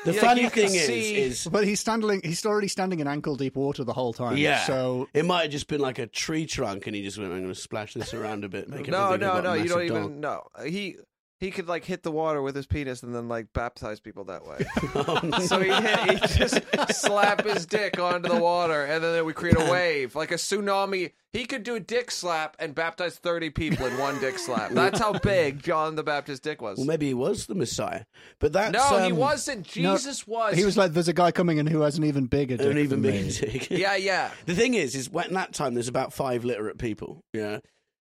The Yeah, funny you can thing is, see- is But he's standing. He's already standing in ankle deep water the whole time. yeah. So it might have just been like a tree trunk, and he just went, "I'm going to splash this around a bit." Make no, everything no, about no. a You don't massive even know. He he could like hit the water with his penis and then like baptize people that way. dog." so he hit, he just slap his dick onto the water and then we create a wave like a tsunami. He could do a dick slap and baptize thirty people in one dick slap. That's how big John the Baptist dick was. well, maybe he was the Messiah, but that's no, he um, wasn't. No, Jesus was. He was like, "There's a guy coming in who has an even bigger dick." an even than bigger me." dick. Yeah, yeah. The thing is, is when- in that time there's about five literate people, yeah,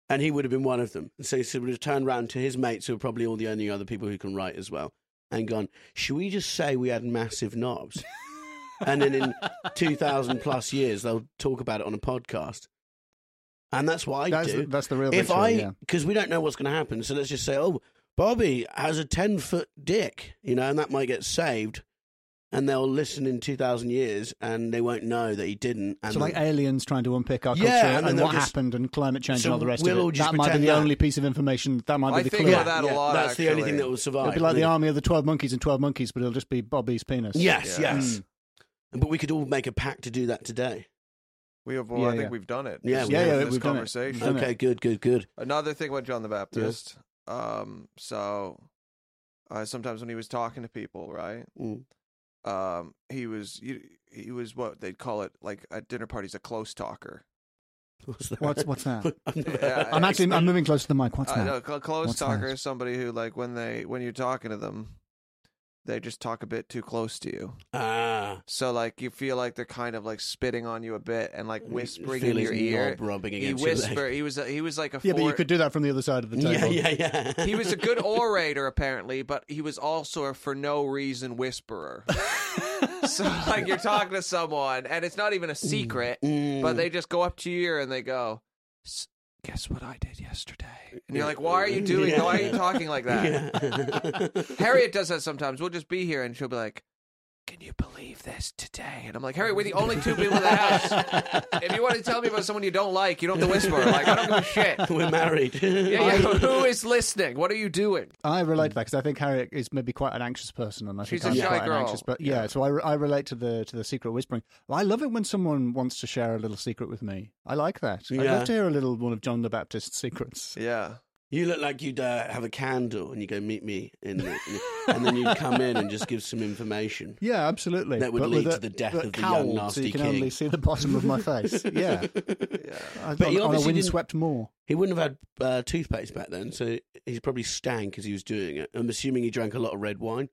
and he would have been one of them. So he sort of turned round to his mates, who are probably all the only other people who can write as well, and gone, "Should we just say we had massive knobs?" and then in two thousand plus years, they'll talk about it on a podcast, and that's what I That's do. the- that's the real If picture, I yeah. because we don't know what's going to happen, so let's just say, "Oh, Bobby has a ten foot dick," you know, and that might get saved. And they'll listen in two thousand years, and they won't know that he didn't. And So like they'll- aliens trying to unpick our Yeah, culture and and, then they'll what just- happened and climate change So and all the rest we'll of it. all just that might be pretend the that- only piece of information. That might I be the think clue. about that a lot, That's the only actually. thing that will survive. It'd be like the really. army of the twelve monkeys and twelve monkeys, but it'll just be Bobby's penis. Yes, Yeah. yes. Mm. But we could all make a pact to do that today. We have. Well, Yeah, I think yeah. we've done it. Yeah, Just we in have. Yeah, yeah, this we've done it. conversation. Done it. Okay, good, good, good. Another thing about John the Baptist. Um, so uh, sometimes when he was talking to people, right? Mm. Um, he was you, he was what they'd call it like at dinner parties a close talker. What's that? What's what's that? I've never Yeah, heard I'm that. actually I'm moving close to the mic. What's Uh, that? no, cl- close What's talker that? is somebody who like when they when you're talking to them, they just talk a bit too close to you. Ah. So like you feel like they're kind of like spitting on you a bit and like whispering Feel in his your ear. knob rubbing he against your leg. whisper. He was a, he was like a Yeah, but you four- could do that from the other side of the table. Yeah, yeah, yeah. he was a good orator apparently, but he was also a for no reason whisperer. so like you're talking to someone and it's not even a secret, Mm, but they just go up to your ear and they go, "S- "Guess what I did yesterday?" And you're like, "Why are you doing? Yeah. Why are you talking like that?" Yeah. Harriet does that sometimes. We'll just be here and she'll be like, Can you believe this today? And I'm like, Harriet, we're the only two people in the house. If you want to tell me about someone you don't like, you don't have to whisper. Like, I don't give a shit. We're married. Yeah, yeah. Who is listening? What are you doing? I relate to that because I think Harriet is maybe quite an anxious person, and I She's think a I'm shy quite girl. An anxious, but yeah, so I, re- I relate to the to the secret whispering. I love it when someone wants to share a little secret with me. I like that. I'd Yeah. love to hear a little one of John the Baptist's secrets. Yeah. You look like you'd uh, have a candle and you go meet me in, the, and then you'd come in and just give some information. Yeah, absolutely. That would But lead with to the a- death but of the young cowled, so nasty you can king. only see the bottom of my face. Yeah, I- But on, you on a obviously didn't- windswept moor. He wouldn't have had uh, toothpaste back then, so he's probably stank as he was doing it. I'm assuming he drank a lot of red wine.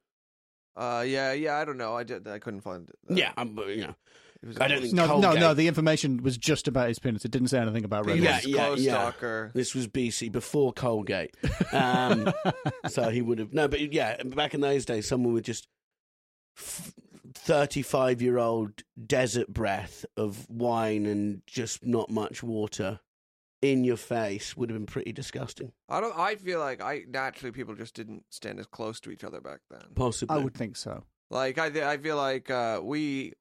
Uh, yeah, yeah. I don't know. I did. I couldn't find. uh, Yeah, I'm, you know, it was- I don't think No, no, Colgate- no. The information was just about his penis. It didn't say anything about red. He Yeah, was yeah, close yeah. talker. This was BC before Colgate, um, so he would have no. But yeah, back in those days, someone would just thirty-five-year-old desert breath of wine and just not much water in your face would have been pretty disgusting. I don't. I feel like I naturally people just didn't stand as close to each other back then. Possibly, I would think so. Like I, I feel like uh, we,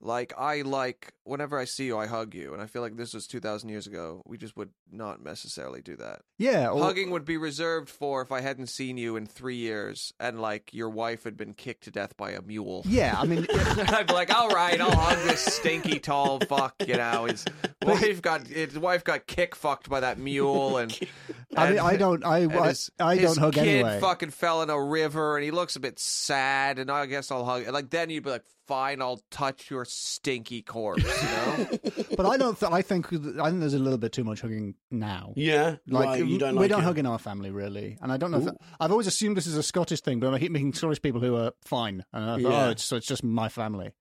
like I like whenever I see you, I hug you, and I feel like this was two thousand years ago. We just would not necessarily do that. Yeah, or, Hugging would be reserved for if I hadn't seen you in three years, and like your wife had been kicked to death by a mule. Yeah, I mean, I'd be like, all right, I'll hug this stinky tall fuck. You know, his wife got his wife got kick fucked by that mule, and I mean, and- I don't, I, and I, his- I his don't hug kid anyway. Fucking fell in a river, and he looks a bit sad. And I guess I'll hug. Like then you'd be like, "Fine, I'll touch your stinky corpse." You know? But I don't. Th- I think I think there's a little bit too much hugging now. yeah. Like right, you don't we like don't it. hug in our family really, and I don't know. If I've always assumed this is a Scottish thing, but I keep meeting Scottish people who are fine, and I thought, Yeah. oh, it's, so it's just my family.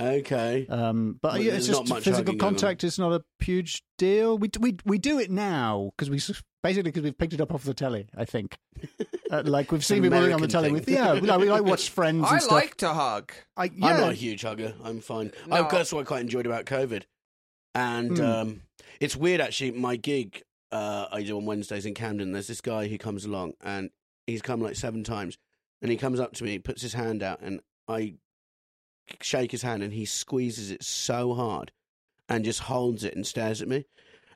Okay, Um, but Well, yeah, there's it's not just much physical hugging going on. contact is not a huge deal. We d- we we do it now because we s- basically because we've picked it up off the telly. I think, uh, like we've seen people doing it on the American telly. With, thing. yeah, we, like, we like watch Friends. I and stuff. like to hug. I, I'm yeah, not a huge hugger. I'm fine. No. I, that's what I quite enjoyed about COVID. And Hmm. um, it's weird, actually. My gig uh, I do on Wednesdays in Camden, there's this guy who comes along and he's come like seven times. And he comes up to me, puts his hand out, and I shake his hand and he squeezes it so hard and just holds it and stares at me.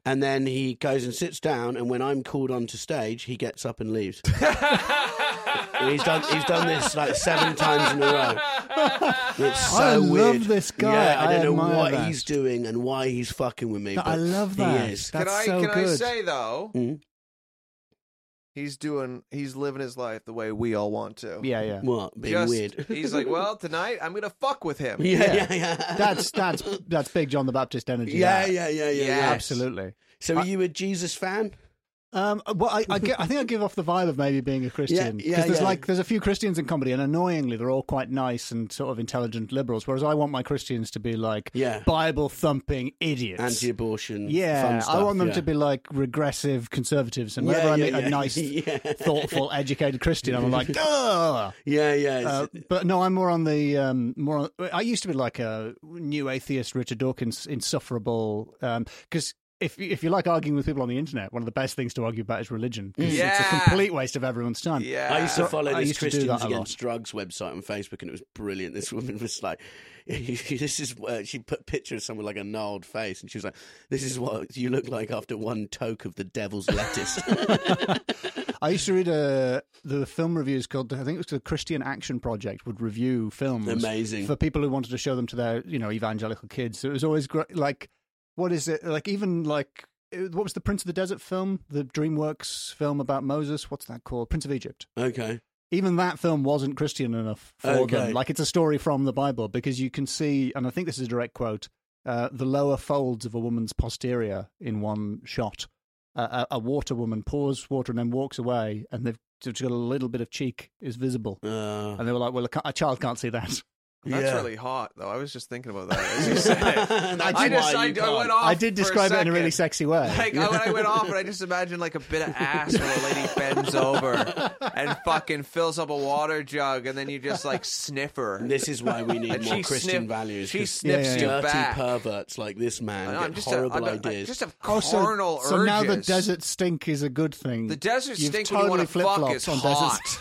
And then he goes and sits down. And when I'm called onto stage, he gets up and leaves. And he's done. He's done this like seven times in a row. It's so I love weird. this guy. Yeah, I, I don't know admire what that. he's doing and why he's fucking with me. No, but I love that. He is. That's can I so can good. I say though? Mm. He's doing. He's living his life the way we all want to. yeah, yeah. What? Being Just- weird. he's like, well, tonight I'm gonna fuck with him. yeah, yeah, yeah. That's that's that's big John the Baptist energy. yeah, that. yeah, yeah, yeah, Yeah. yeah. absolutely. So, are you a Jesus fan? Um, well, I, I, get, I think I give off the vibe of maybe being a Christian yeah, there's yeah. like there's a few Christians in comedy, and annoyingly, they're all quite nice and sort of intelligent liberals. Whereas I want my Christians to be like Yeah. Bible thumping idiots. Anti-abortion. yeah, fun stuff, I want them yeah. to be like regressive conservatives, and Yeah, whenever I yeah, meet yeah. a nice, Yeah. thoughtful, educated Christian, I'm like, duh. Yeah, yeah. it's- Uh, but no, I'm more on the um, more. On, I used to be like a new atheist, Richard Dawkins, insufferable. Because if if you like arguing with people on the internet, one of the best things to argue about is religion. 'cause it's Yeah. a complete waste of everyone's time. Yeah. I used to follow uh, I this used to do Christians that a lot. Against Drugs website on Facebook, and it was brilliant. This woman was like, "This is uh, she put a picture of someone like a gnarled face, and she was like, "This is what you look like after one toke of the devil's lettuce." I used to read uh the film reviews called I think it was the Christian Action Project would review films. Amazing. for people who wanted to show them to their you know evangelical kids. So it was always great. Like, what is it? Like even like it- what was the Prince of the Desert film, the DreamWorks film about Moses? What's that called? Prince of Egypt. okay, even that film wasn't Christian enough for Okay. them. Like it's a story from the Bible because you can see, and I think this is a direct quote: uh, the lower folds of a woman's posterior in one shot. Uh, a, a water woman pours water and then walks away, and they've which got a little bit of cheek is visible. Uh, And they were like, well, a, ca- a child can't see that. That's yeah. really hot, though. I was just thinking about that as you said it. That's I just, why I, you I went can't. off. I did for describe it in a really second. sexy way. Like I, when I went off, and I just imagined like a bit of ass where a lady bends over and fucking fills up a water jug, and then you just like sniff her. This is why we need And more she Christian sniff- values. she 'cause sniffs Yeah, yeah, dirty you back. perverts like this man I know, get I'm just horrible a, I'm a- I ideas. just have Oh, so- carnal so, now the urges. desert stink is a good thing. The desert You've stink totally when you flip want to fuck flops is on hot.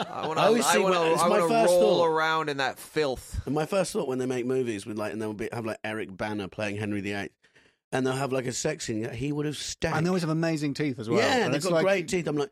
I want to. I always I think want when- it's to. I my want to first roll thought. around in that filth. And my first thought when they make movies with like, and they'll be, have like Eric Banner playing Henry VIII, and they'll have like a sex scene. yeah, He would have stank. and they always have amazing teeth as well. yeah, and they've it's got like- great teeth. I'm like,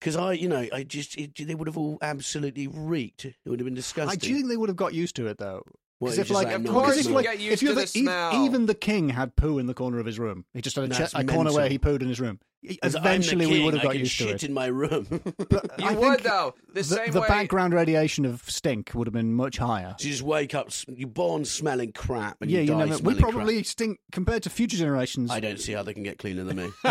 because I, you know, I just it, they would have all absolutely reeked. It would have been I disgusting. do think they would have got used to it though. What, Because you if just like, like, of no, course, it's if not. like, You get if used to you're the, the ev- smell. even the king had poo in the corner of his room. He just had a, That's che- a corner where mental. he pooed in his room. As I'm the Eventually, we king, would have I got can used to shit it. in my room. You I would think though. The, same the way. background radiation of stink would have been much higher. So you just wake up, s- you're born smelling crap, and yeah, you you die know, we smelling probably crap. stink compared to future generations. I don't see how they can get cleaner than me.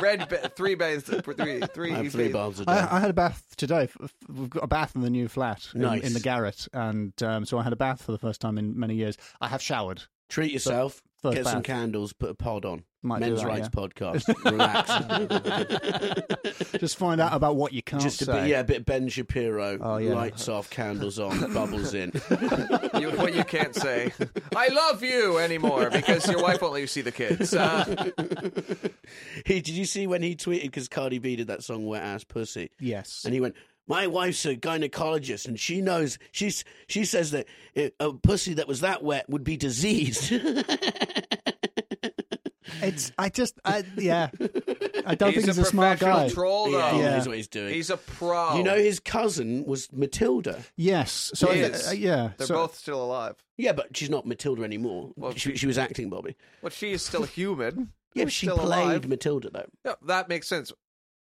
Red ba- three baths. Three three. I have three baths a day. I, I had a bath today. F- f- We've got a bath in the new flat in, Nice. in the garret, and um, so I had a bath for the first time in many years. I have showered. Treat yourself. First get some bath. candles. Put a pod on. Might do Men's that, rights yeah. podcast. Relax. Just find out about what you can't Just a say. bit, yeah, a bit of Ben Shapiro. Oh, yeah. Lights off, candles on, bubbles in. You, what you can't say. I love you anymore because your wife won't let you see the kids. Uh, He, did you see when he tweeted because Cardi B did that song "Wet Ass Pussy"? Yes. And he went, "My wife's a gynecologist, and she knows. She's she says that uh, a pussy that was that wet would be diseased." It's. I just. I, yeah. I don't he's think he's a, a, smart professional guy. troll, though. yeah, he Yeah. knows what he's doing. He's a pro. you know, his cousin was Matilda. yes. So He I- is. uh, yeah. they're so- both still alive. Yeah, but she's not Matilda anymore. Well, she, she was acting Bobby. Well, she is still human. Yeah, but She's she still played alive. Matilda though. Yeah, that makes sense.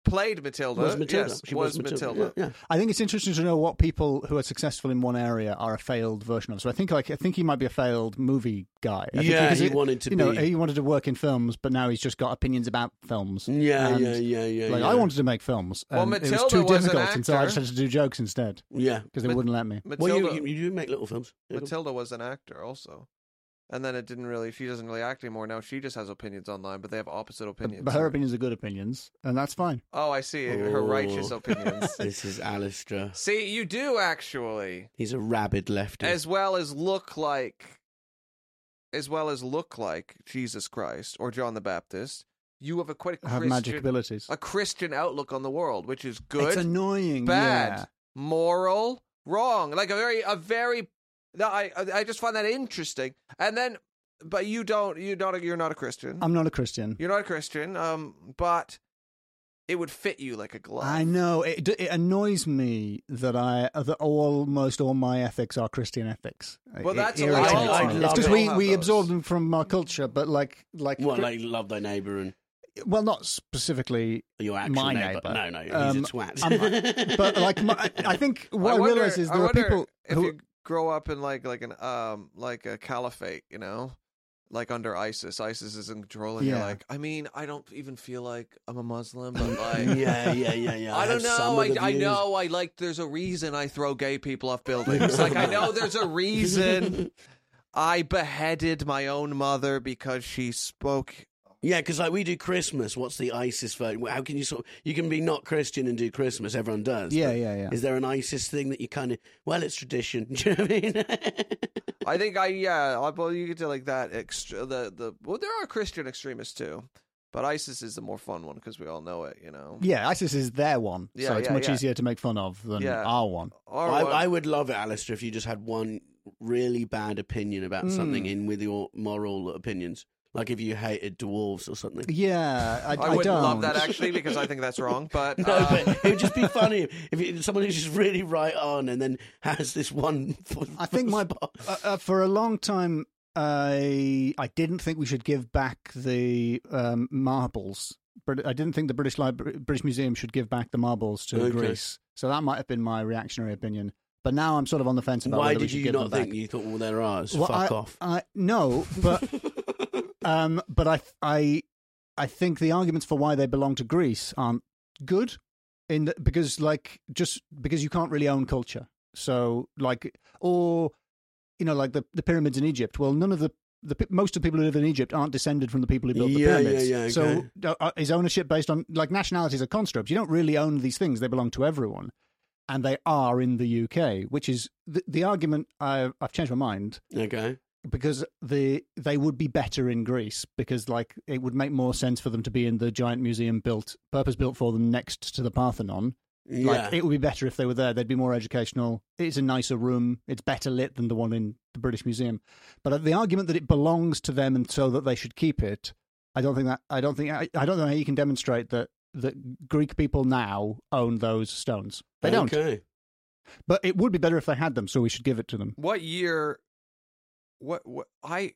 Played Matilda. was Matilda? Yes, she was Matilda. Yeah, yeah. I think it's interesting to know what people who are successful in one area are a failed version of. So I think like I think he might be a failed movie guy. I think Yeah, because he wanted to You know, be- he wanted to work in films, but now he's just got opinions about films. Yeah, And, yeah, yeah, yeah, Like yeah. I wanted to make films, Well, and it Matilda was too was an difficult, and so I actor. just had to do jokes instead yeah. because they Ma- wouldn't let me. Matilda, Well, you, you, you do make little films. Matilda was an actor also. And then it didn't really, she doesn't really act anymore. Now she just has opinions online, but they have opposite opinions. But her opinions are good opinions, and that's fine. Oh, I see. Her Oh. righteous opinions. this is Alistair. see, you do actually. He's a rabid lefty. as well as look like as well as look like Jesus Christ or John the Baptist, you have a quite a I have Christian, magic abilities. a Christian outlook on the world, which is It's good, annoying. bad, yeah. moral, wrong. Like a very a very that I I just find that interesting. And then but you don't you not you're not a Christian. I'm not a Christian. you're not a Christian. Um but it would fit you like a glove. I know it, it annoys me that I that almost all my ethics are Christian ethics. Well, It that's a irritates lot. I- I me. love It's because it. we, All we have absorb those. them from our culture, but like like what, like love thy neighbour and well, not specifically your actual my neighbour. No, no, he's a Um, twat. I'm- but like my, I think I what I, wonder- realize is I there are wonder people if who you grow up in like like an um like a caliphate, you know, like under ISIS. ISIS is in control, and you're Yeah. like, I mean, I don't even feel like I'm a Muslim, but like. yeah, yeah, yeah, yeah. I don't have some know. of I, the I views. know. I like. There's a reason I throw gay people off buildings. like I know there's a reason I beheaded my own mother because she spoke. Yeah, because like we do Christmas. What's the ISIS vote? How can you sort? You can be not Christian and do Christmas. Everyone does. yeah but yeah yeah Is there an ISIS thing that you kind of? Well, it's tradition. Do you know what I mean? I think I yeah. I, well, you get to like that extra the the. Well, there are Christian extremists too, but ISIS is the more fun one because we all know it. You know. yeah ISIS is their one, Yeah, so it's yeah, much yeah. easier to make fun of than Yeah. our one. Or I, what- I would love it, Alistair, if you just had one really bad opinion about something Mm. in with your moral opinions. Like if you hated dwarves or something. Yeah, I, I wouldn't don't. love that actually because I think that's wrong. But, No, uh, but it would just be funny if you, someone who's just really right on and then has this one. I think my uh, uh, for a long time I I didn't think we should give back the um, marbles. But I didn't think the British Library, British Museum should give back the marbles to Okay. Greece. So that might have been my reactionary opinion. But now I'm sort of on the fence about Why whether we did should you give not them think? back. You thought, well, there are. so uh, Well, fuck I- off. I, no, but um, but I I I think the arguments for why they belong to Greece aren't good. in the, because like just because you can't really own culture. So like or you know like the the pyramids in Egypt. Well, none of the the pe- most of the people who live in Egypt aren't descended from the people who built the Yeah, yeah, pyramids. yeah, okay. So uh, is ownership based on like nationalities are constructs? You don't really own these things; they belong to everyone, and they are in the UK, which is the, the argument. I, I've changed my mind Okay. because the they would be better in Greece because like it would make more sense for them to be in the giant museum built purpose built for them next to the Parthenon. Yeah. Like it would be better if they were there. They'd be more educational. It's a nicer room. It's better lit than the one in the British Museum. But uh, the argument that it belongs to them and so that they should keep it, I don't think that I don't think I, I don't know how you can demonstrate that that Greek people now own those stones. They don't. Okay. But it would be better if they had them, so we should give it to them. What year? What, what I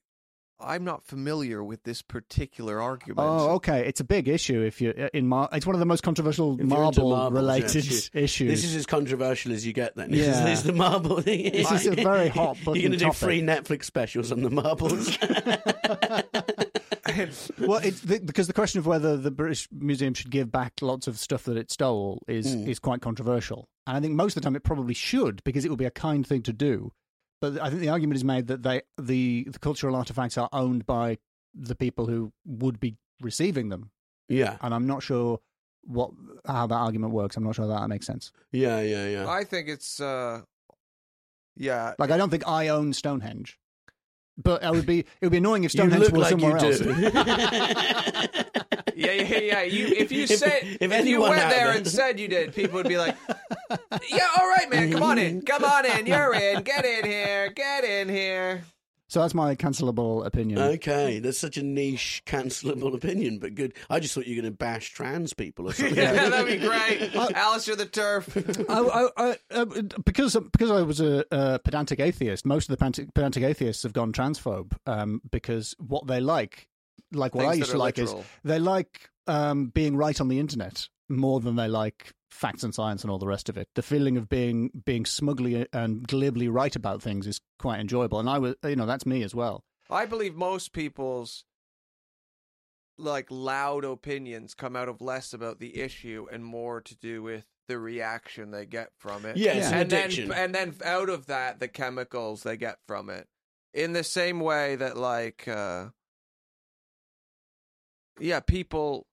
I'm not familiar with this particular argument. Oh, okay. It's a big issue if you are in mar- it's one of the most controversial If you're into marble marbles, related yeah, shit. issues. This is as controversial as you get. Then this, Yeah. is, this is the marble thing. This is a very hot You're button going to do topic. free Netflix specials on the marbles. well, it's the, because the question of whether the British Museum should give back lots of stuff that it stole is Hmm. is quite controversial, and I think most of the time it probably should because it would be a kind thing to do. But I think the argument is made that they the, the cultural artifacts are owned by the people who would be receiving them, yeah, and I'm not sure what how that argument works. I'm not sure that, that makes sense. yeah, yeah, yeah. I think it's uh, yeah. Like I don't think I own Stonehenge, but I would be it would be annoying if Stonehenge was somewhere else. Yeah, yeah, yeah. You, if you If- said, if if, you anyone went out there, there- and said you did, people would be like, "Yeah, all right, man, come on in, come on in, you're in, get in here, get in here." So that's my cancelable opinion. Okay, that's such a niche, cancelable opinion, but good. I just thought you were going to bash trans people or something. Yeah, that'd be great. Alistair the turf. I, I, I, uh, because because I was a, uh pedantic atheist, most of the pedantic, pedantic atheists have gone transphobe um, because what they like, like what Things I that used to are like, literal. is they like um, being right on the internet more than they like facts and science and all the rest of it. The feeling of being being smugly and glibly right about things is quite enjoyable, and I was you know that's me as well. I believe most people's like loud opinions come out of less about the issue and more to do with the reaction they get from it. Yeah, it's an and addiction. then and then out of that the chemicals they get from it. In the same way that like uh yeah, people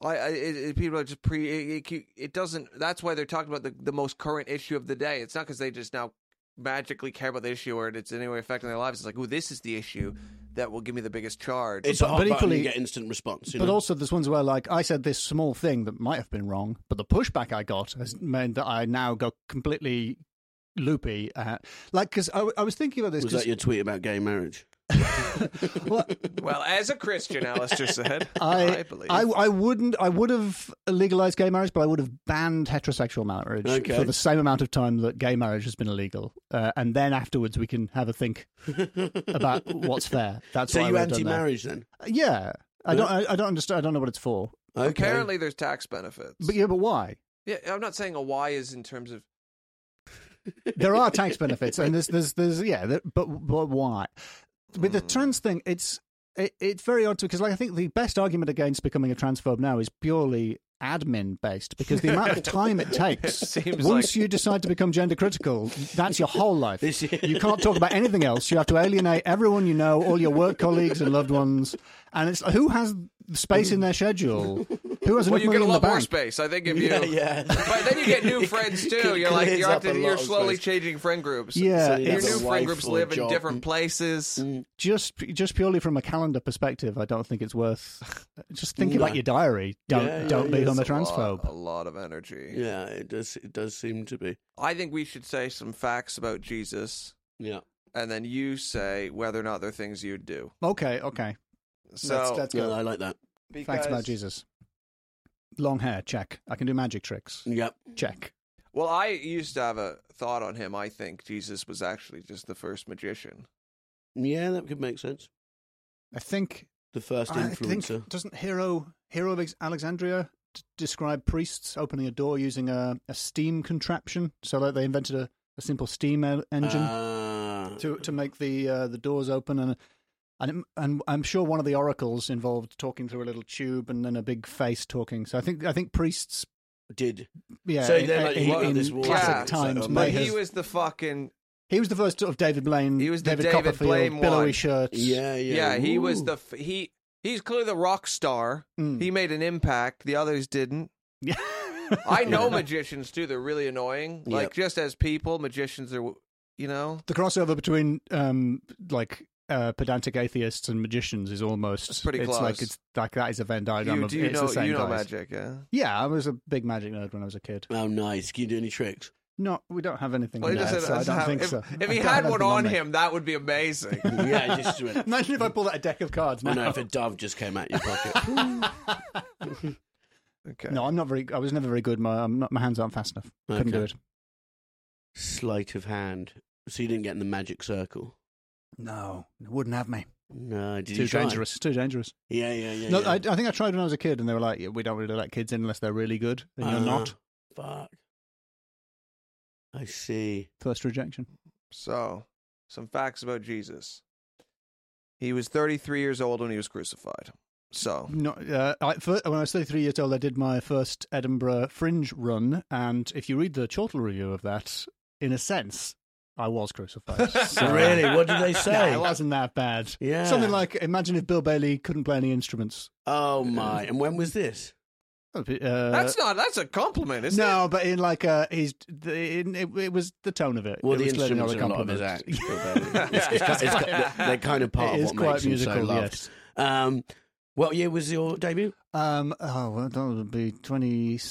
like I- it, it, people are just pre. It, it, it doesn't. That's why they're talking about the, the most current issue of the day. It's not because they just now magically care about the issue or it's in any way affecting their lives. It's like, oh, this is the issue that will give me the biggest charge. It's a But- hot but button, equally- you get instant response. You But know? also, there's ones where, like, I said this small thing that might have been wrong, but the pushback I got has meant that I now go completely loopy. Uh, like, because I, w- I was thinking about this. was 'cause- that your tweet about gay marriage? well, well, as a Christian, Alistair said, I, I, believe. I, I wouldn't. I would have legalized gay marriage, but I would have banned heterosexual marriage Okay. for the same amount of time that gay marriage has been illegal. Uh, and then afterwards, we can have a think about what's fair. That's So what I you would have done there. anti-marriage then? Yeah, I don't. I, I don't understand. I don't know what it's for. Okay. Apparently, there's tax benefits. But yeah, but why? yeah, I'm not saying a why is in terms of there are tax benefits, and there's there's there's yeah, there, but but why? With Hmm. the trans thing, it's it, it's very odd because like I think the best argument against becoming a transphobe now is purely admin based because the amount of time it takes Seems once like- you decide to become gender critical that's your whole life This- you can't talk about anything else you have to alienate everyone you know all your work colleagues and loved ones and it's who has space in their schedule who has well, enough you money get a in lot the more bank? space. I think if you. Yeah, yeah. But then you get new friends too. You're like Clears you're, up a active, lot you're of slowly space. changing friend groups. Yeah, So you your have a new wife friend groups or a live in job. different places. Mm, just just purely from a calendar perspective, I don't think it's worth uh, just think No. about your diary. Don't Yeah, yeah, don't yeah, become a It's transphobe. lot- a lot of energy. Yeah, it does. It does seem to be. I think we should say some facts about Jesus, Yeah. and then you say whether or not they're things you'd do. Okay, okay. So Let's- let's- Yeah, Go. I like that. Facts about Jesus. Long hair, check. I can do magic tricks. Yep. Check. Well, I used to have a thought on him. I think Jesus was actually just the first magician. Yeah, that could make sense. I think The first I think influencer. doesn't Hero Hero of Ex- Alexandria d- describe priests opening a door using a, a steam contraption? So like they invented a, a simple steam e- engine. Ah. to to make the uh, the doors open and and it- and I'm sure one of the oracles involved talking through a little tube and then a big face talking. So I think I think priests did. Yeah, So in, then, like, in- he- in this war- classic Yeah, uh, times, so- may But Might he have- was the fucking he was the first sort of David Blaine. He was the David, David Copperfield, Blaine billowy one. shirts. Yeah, yeah. yeah. He was Ooh. the f- he. He's clearly the rock star. Mm. He made an impact. The others didn't. I know magicians too. They're really annoying. Like Yep. just as people, magicians are. You know. the crossover between um like uh, pedantic atheists and magicians is almost That's pretty it's close. Like it's like that is a Venn diagram. You of, do you it's know the same you know guys. magic. Yeah. Yeah, I was a big magic nerd when I was a kid. Oh, nice. Can you do any tricks? Not we don't have anything. Well, he like that, doesn't- so I doesn't don't have- think if, so. if I he don't had have one them on me. him, that would be amazing. yeah, just went. Imagine if I pulled out a deck of cards I now. know Oh, if a dove just came out your pocket. okay. No, I'm not very. I was never very good. My I'm not, my hands aren't fast enough. Couldn't Okay. do it. Sleight of hand. So you didn't get in the magic circle. No, it wouldn't have me. No, did Too you try? dangerous. Too dangerous. Yeah, yeah, yeah. no, yeah. I, I think I tried when I was a kid, and they were like, yeah, "We don't really let kids in unless they're really good." And Uh. you're not Ah, Fuck. I see. first rejection. So, some facts about Jesus. He was 33 years old when he was crucified. So, No, uh, I, fir- when I was 33 years old, I did my first Edinburgh Fringe run, and if you read the Chortle review of that, in a sense, I was crucified. So- really, what did they Nah, say? it wasn't that bad. Yeah. Something like, imagine if Bill Bailey couldn't play any instruments. oh my! And when was this? Uh, that's not that's a compliment, isn't no, it? but in like uh, he's the- in, it, it was the tone of it. Well, it the was clearly not instruments are a lot of his compliment. act. it's, it's, it's, it's, they're kind of part It of is what quite makes him so musical, loved. yes. Um, what year was your debut? Um, oh, well, that would be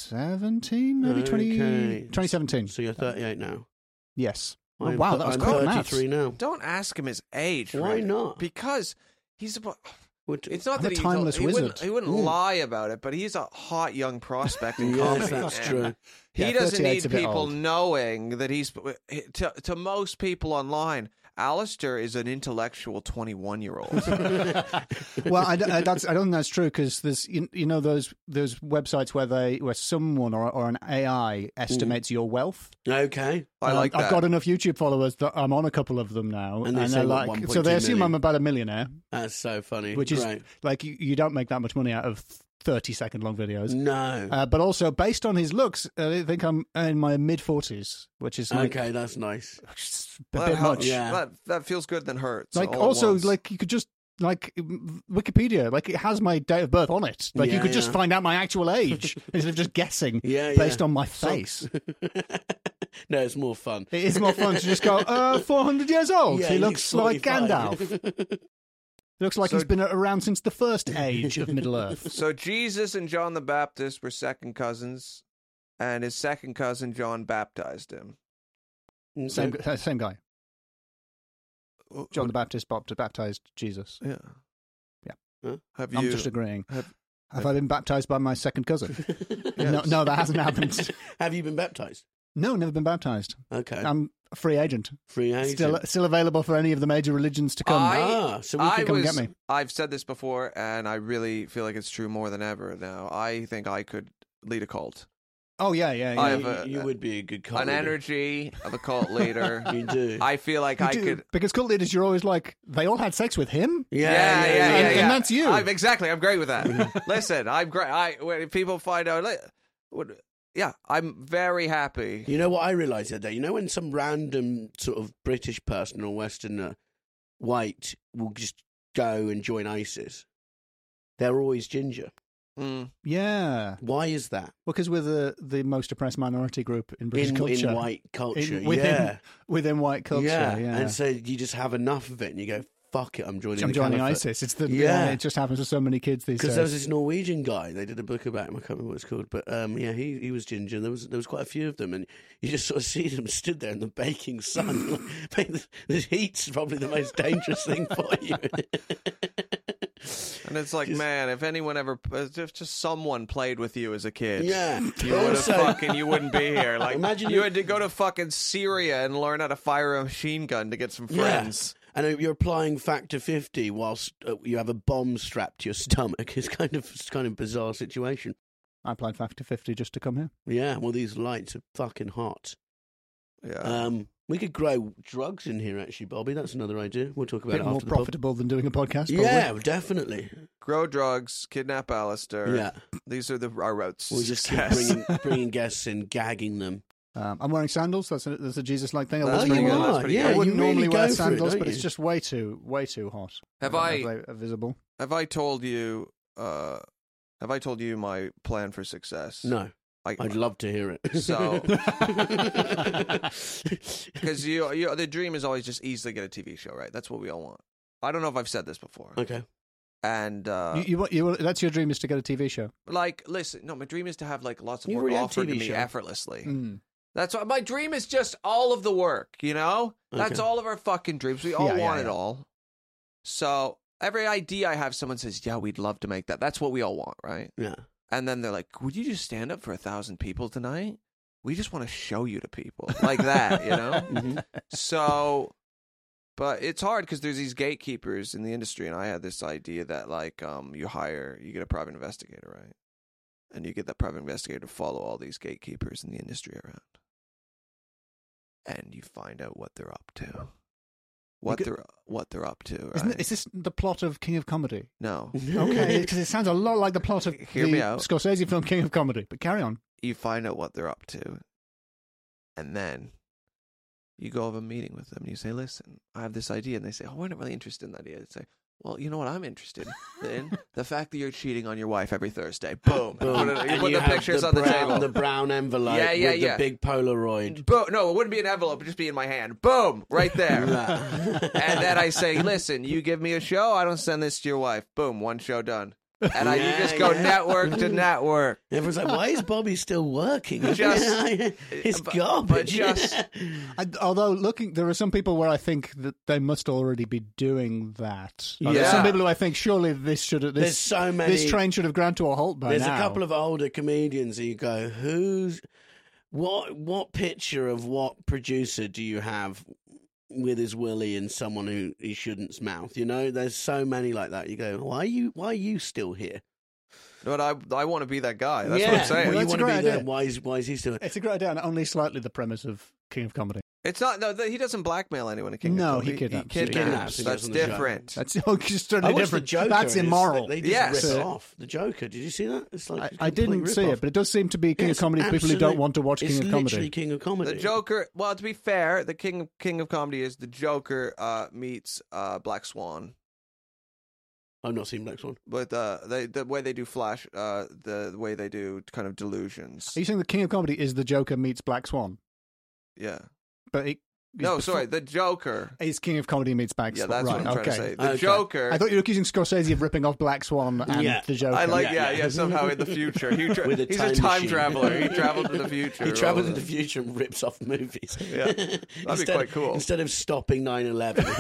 2017, maybe 20, Okay. 2017. So you're 38 now. Yes. Oh, I'm- wow, that was I'm quick maths. 33 now. Don't ask him his age. Why Rick, not? Because he's about. What- It's not I'm that a he- timeless he wouldn't, wizard. he wouldn't Mm. lie about it, but he's a hot young prospect in yes, comedy. that's And true. He Yeah, doesn't 38 's need a bit people old. knowing that he's to, to most people online. Alistair is an intellectual twenty-one-year-old. well, I, don't- I- that's, I don't think that's true because there's you, you know those those websites where they where someone or, or an AI Mm. estimates your wealth. Okay. I Um, like that. I've got enough YouTube followers that I'm on a couple of them now, And they say, are what, like, 1.2 so they assume million? I'm about a millionaire, That's so funny. which is Great. like you, you don't make that much money out of thirty second long videos. no. Uh, but also, based on his looks, uh, I think I'm in my mid forties, which is like okay, that's nice. a Well, bit that helps. much. Yeah. That, that feels good than hurts. Like all at also, once. like you could just like m- Wikipedia, like it has my date of birth on it. Like you Yeah, could just yeah. find out my actual age instead of just guessing Yeah, based yeah. on my So- face. no, it's more fun. it is more fun to just go, uh, 400 years old. Yeah, he looks like 45. Gandalf. Looks like So- he's been around since the first age of Middle Earth. so Jesus and John the Baptist were second cousins, and his second cousin John baptized him. Okay. Same, uh, same guy. John the Baptist bap- baptized Jesus. Yeah. Yeah. Huh? Have I'm you? just agreeing. have- Have I been baptized by my second cousin? No, Yes. no, that hasn't happened. Have you been baptized? No, never been baptized. Okay. I'm a free agent. Free agent. Still, still available for any of the major religions to come. I- ah, so we I can come was, get me. I've said this before, and I really feel like it's true more than ever now. I think I could lead a cult. oh yeah, yeah, yeah. I you, have a- you would be a good cult An leader. energy of a cult leader. You do. I feel like You I do, could. because cult leaders, you're always like they all had sex with him. yeah, yeah, yeah, yeah, And- yeah. and that's you. I'm, exactly. I'm great with that. Listen, I'm great. I when people find out, like, what, yeah, I'm very happy. You know what I realised the other day? You know when some random sort of British person or Westerner, white, will just go and join ISIS? They're always ginger. Mm. Yeah, Why is that? because we're the the most oppressed minority group in British in, culture. in white culture, In- within, yeah. within white culture. Yeah, And so you just have enough of it and you go, fuck it, I'm joining I'm the joining caliphate. ISIS. It's the Yeah. yeah. It just happens to so many kids these Because days. there was this Norwegian guy, they did a book about him. I can't remember what it's called, but um, yeah, he, he was ginger. There was there was quite a few of them, and you just sort of see them stood there in the baking sun. like, mate, the, the heat's probably the most dangerous thing for you. And it's like, man, if anyone ever, if just someone played with you as a kid, yeah, you would have Also- fucking, you wouldn't be here. Like, Imagine you if- had to go to fucking Syria and learn how to fire a machine gun to get some Yeah. friends. And you're applying factor fifty whilst uh, you have a bomb strapped to your stomach. It's kind of it's kind of bizarre situation. I applied factor fifty just to come here. Yeah, well, these lights are fucking hot. Yeah, Um, we could grow drugs in here, actually, Bobby. That's another idea. We'll talk A about it bit after more the pub. profitable than doing a podcast. Probably. Yeah, definitely. grow drugs, kidnap Alistair, Yeah, These are the our routes. We'll just keep Yes. bringing, bringing guests in, gagging them. Um, I'm wearing sandals. That's a, that's a Jesus-like thing. I Oh, wouldn't you normally- are, That's pretty yeah, good. I wouldn't you really normally go wear for it, sandals, don't but it's you? just way too way too hot. Have don't know I- if they are visible? Have I told you? Uh, have I told you my plan for success? no. Like, I'd love to hear it. So- because you, you, the dream is always just easily get a TV show, right? That's what we all want. I don't know if I've said this before. okay. And uh, you, you, want- you, want- that's your dream is to get a TV show. like, listen, no, my dream is to have like lots of You work already had offered to TV me show. Mm-hmm. effortlessly. Mm. That's what my dream is. Just all of the work, you know. That's Okay. all of our fucking dreams. We all Yeah, yeah, want it yeah. all. So every idea I have, someone says, "Yeah, we'd love to make that." That's what we all want, right? Yeah. And then they're like, "Would you just stand up for a thousand people tonight? We just want to show you to people like that, you know." Mm-hmm. Mhm. so but it's hard because there's these gatekeepers in the industry and i had this idea that like um you hire you get a private investigator right and you get that private investigator to follow all these gatekeepers in the industry around and you find out what they're up to what could- they're what they're up to right? Isn't it, is this the plot of King of Comedy? no Okay, because it sounds a lot like the plot of Hear the me out. Scorsese film King of Comedy. But carry on. you find out what they're up to and then you go have a meeting with them and you say listen i have this idea and they say oh we're not really interested in that idea they say well you know what i'm interested in the fact that you're cheating on your wife every thursday boom, Boom. Put it- you And put you the have pictures the on the brown, table The brown envelope Yeah, yeah, with yeah. the big Polaroid. Bo- no it wouldn't be an envelope it'd just be in my hand boom right there and then i say listen you give me a show i don't send this to your wife boom one show done and I, you Yeah, just go yeah. network to network Everyone's like, why is Bobby still working? Just- It's but- garbage. but just- I, although looking, there are some people where I think that they must already be doing that. Like, There's Yeah. some people who I think surely this should have. This, There's so many- This train should have ground to a halt by There's now. a couple of older comedians who go, who's what? What picture of what producer do you have with his willy and someone who he shouldn't's mouth? You know, there's so many like that. You go, why are you? Why are you still here? but i, I want to be that guy that's what Yeah. i'm saying Well, you that's a want to be great there? idea. Why is Why is he still? It's a great idea, and only slightly the premise of King of Comedy. It's not. No, th- he doesn't blackmail anyone. In King No, of Kong. he kidnaps. He He kidnaps. kidnaps. He goes That's on the show. different. That's oh, it's I totally watched different. The Joker That's and it's- immoral. They, they just Yes. rip So- it off the Joker. Did you see that? It's like I, a I didn't complete see rip-off. it, but it does seem to be King It's of Comedy. People who absolute- don't want to watch it's King of Comedy. literally King of Comedy. the Joker. Well, to be fair, the King of King of Comedy is the Joker uh, meets uh, Black Swan. I've not seen Black Swan. But uh, they, the way they do Flash, uh, the, the way they do kind of delusions. Are you saying the King of Comedy is the Joker meets Black Swan? Yeah. But it, No, it's sorry, befo- the Joker. Is King of Comedy meets Black Yeah, Swan? that's right, what I'm trying okay. to say. The Okay. Joker. I thought you were accusing Scorsese of ripping off Black Swan and Yeah. the Joker. I like, yeah, Yeah, yeah, yeah. somehow in the future. He tra- With a he's time a time machine. traveler. He traveled to the future. He travels rather in the than- future and rips off movies. Yeah. That'd be Instead- quite cool. Instead of stopping 9 11. So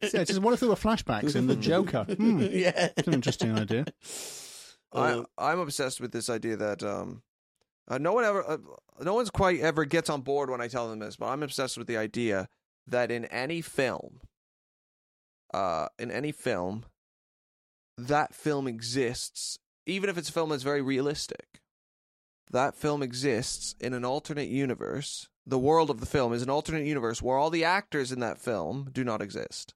it's just, what if there were flashbacks in the Joker? Hmm, yeah. That's an interesting idea. Uh, I, I'm obsessed with this idea that um, uh, no one ever, uh, no one's quite ever gets on board when I tell them this, but I'm obsessed with the idea that in any film, uh, in any film, that film exists, even if it's a film that's very realistic. That film exists in an alternate universe. The world of the film is an alternate universe where all the actors in that film do not exist.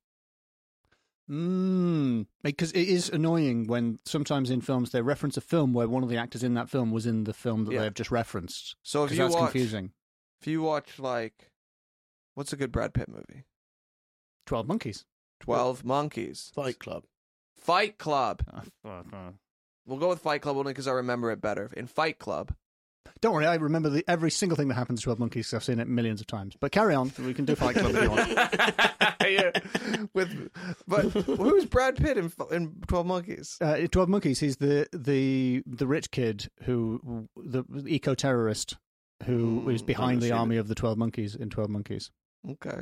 Mm, because it is annoying when sometimes in films they reference a film where one of the actors in that film was in the film that Yeah. they have just referenced. So if 'Cause you that's watch- confusing. If you watch like, what's a good Brad Pitt movie? Twelve Monkeys. Twelve Monkeys. Fight Club. Fight Club. We'll go with Fight Club only because I remember it better. In Fight Club, Don't worry, I remember the, every single thing that happens to Twelve Monkeys. 'cause I've seen it millions of times. But carry on. We can do Fight Club if you want. Yeah. with but who's Brad Pitt in, in Twelve Monkeys? Uh, Twelve Monkeys. He's the the the rich kid who the, eco terrorist Hmm, who is behind the army of the Twelve Monkeys in Twelve Monkeys Okay,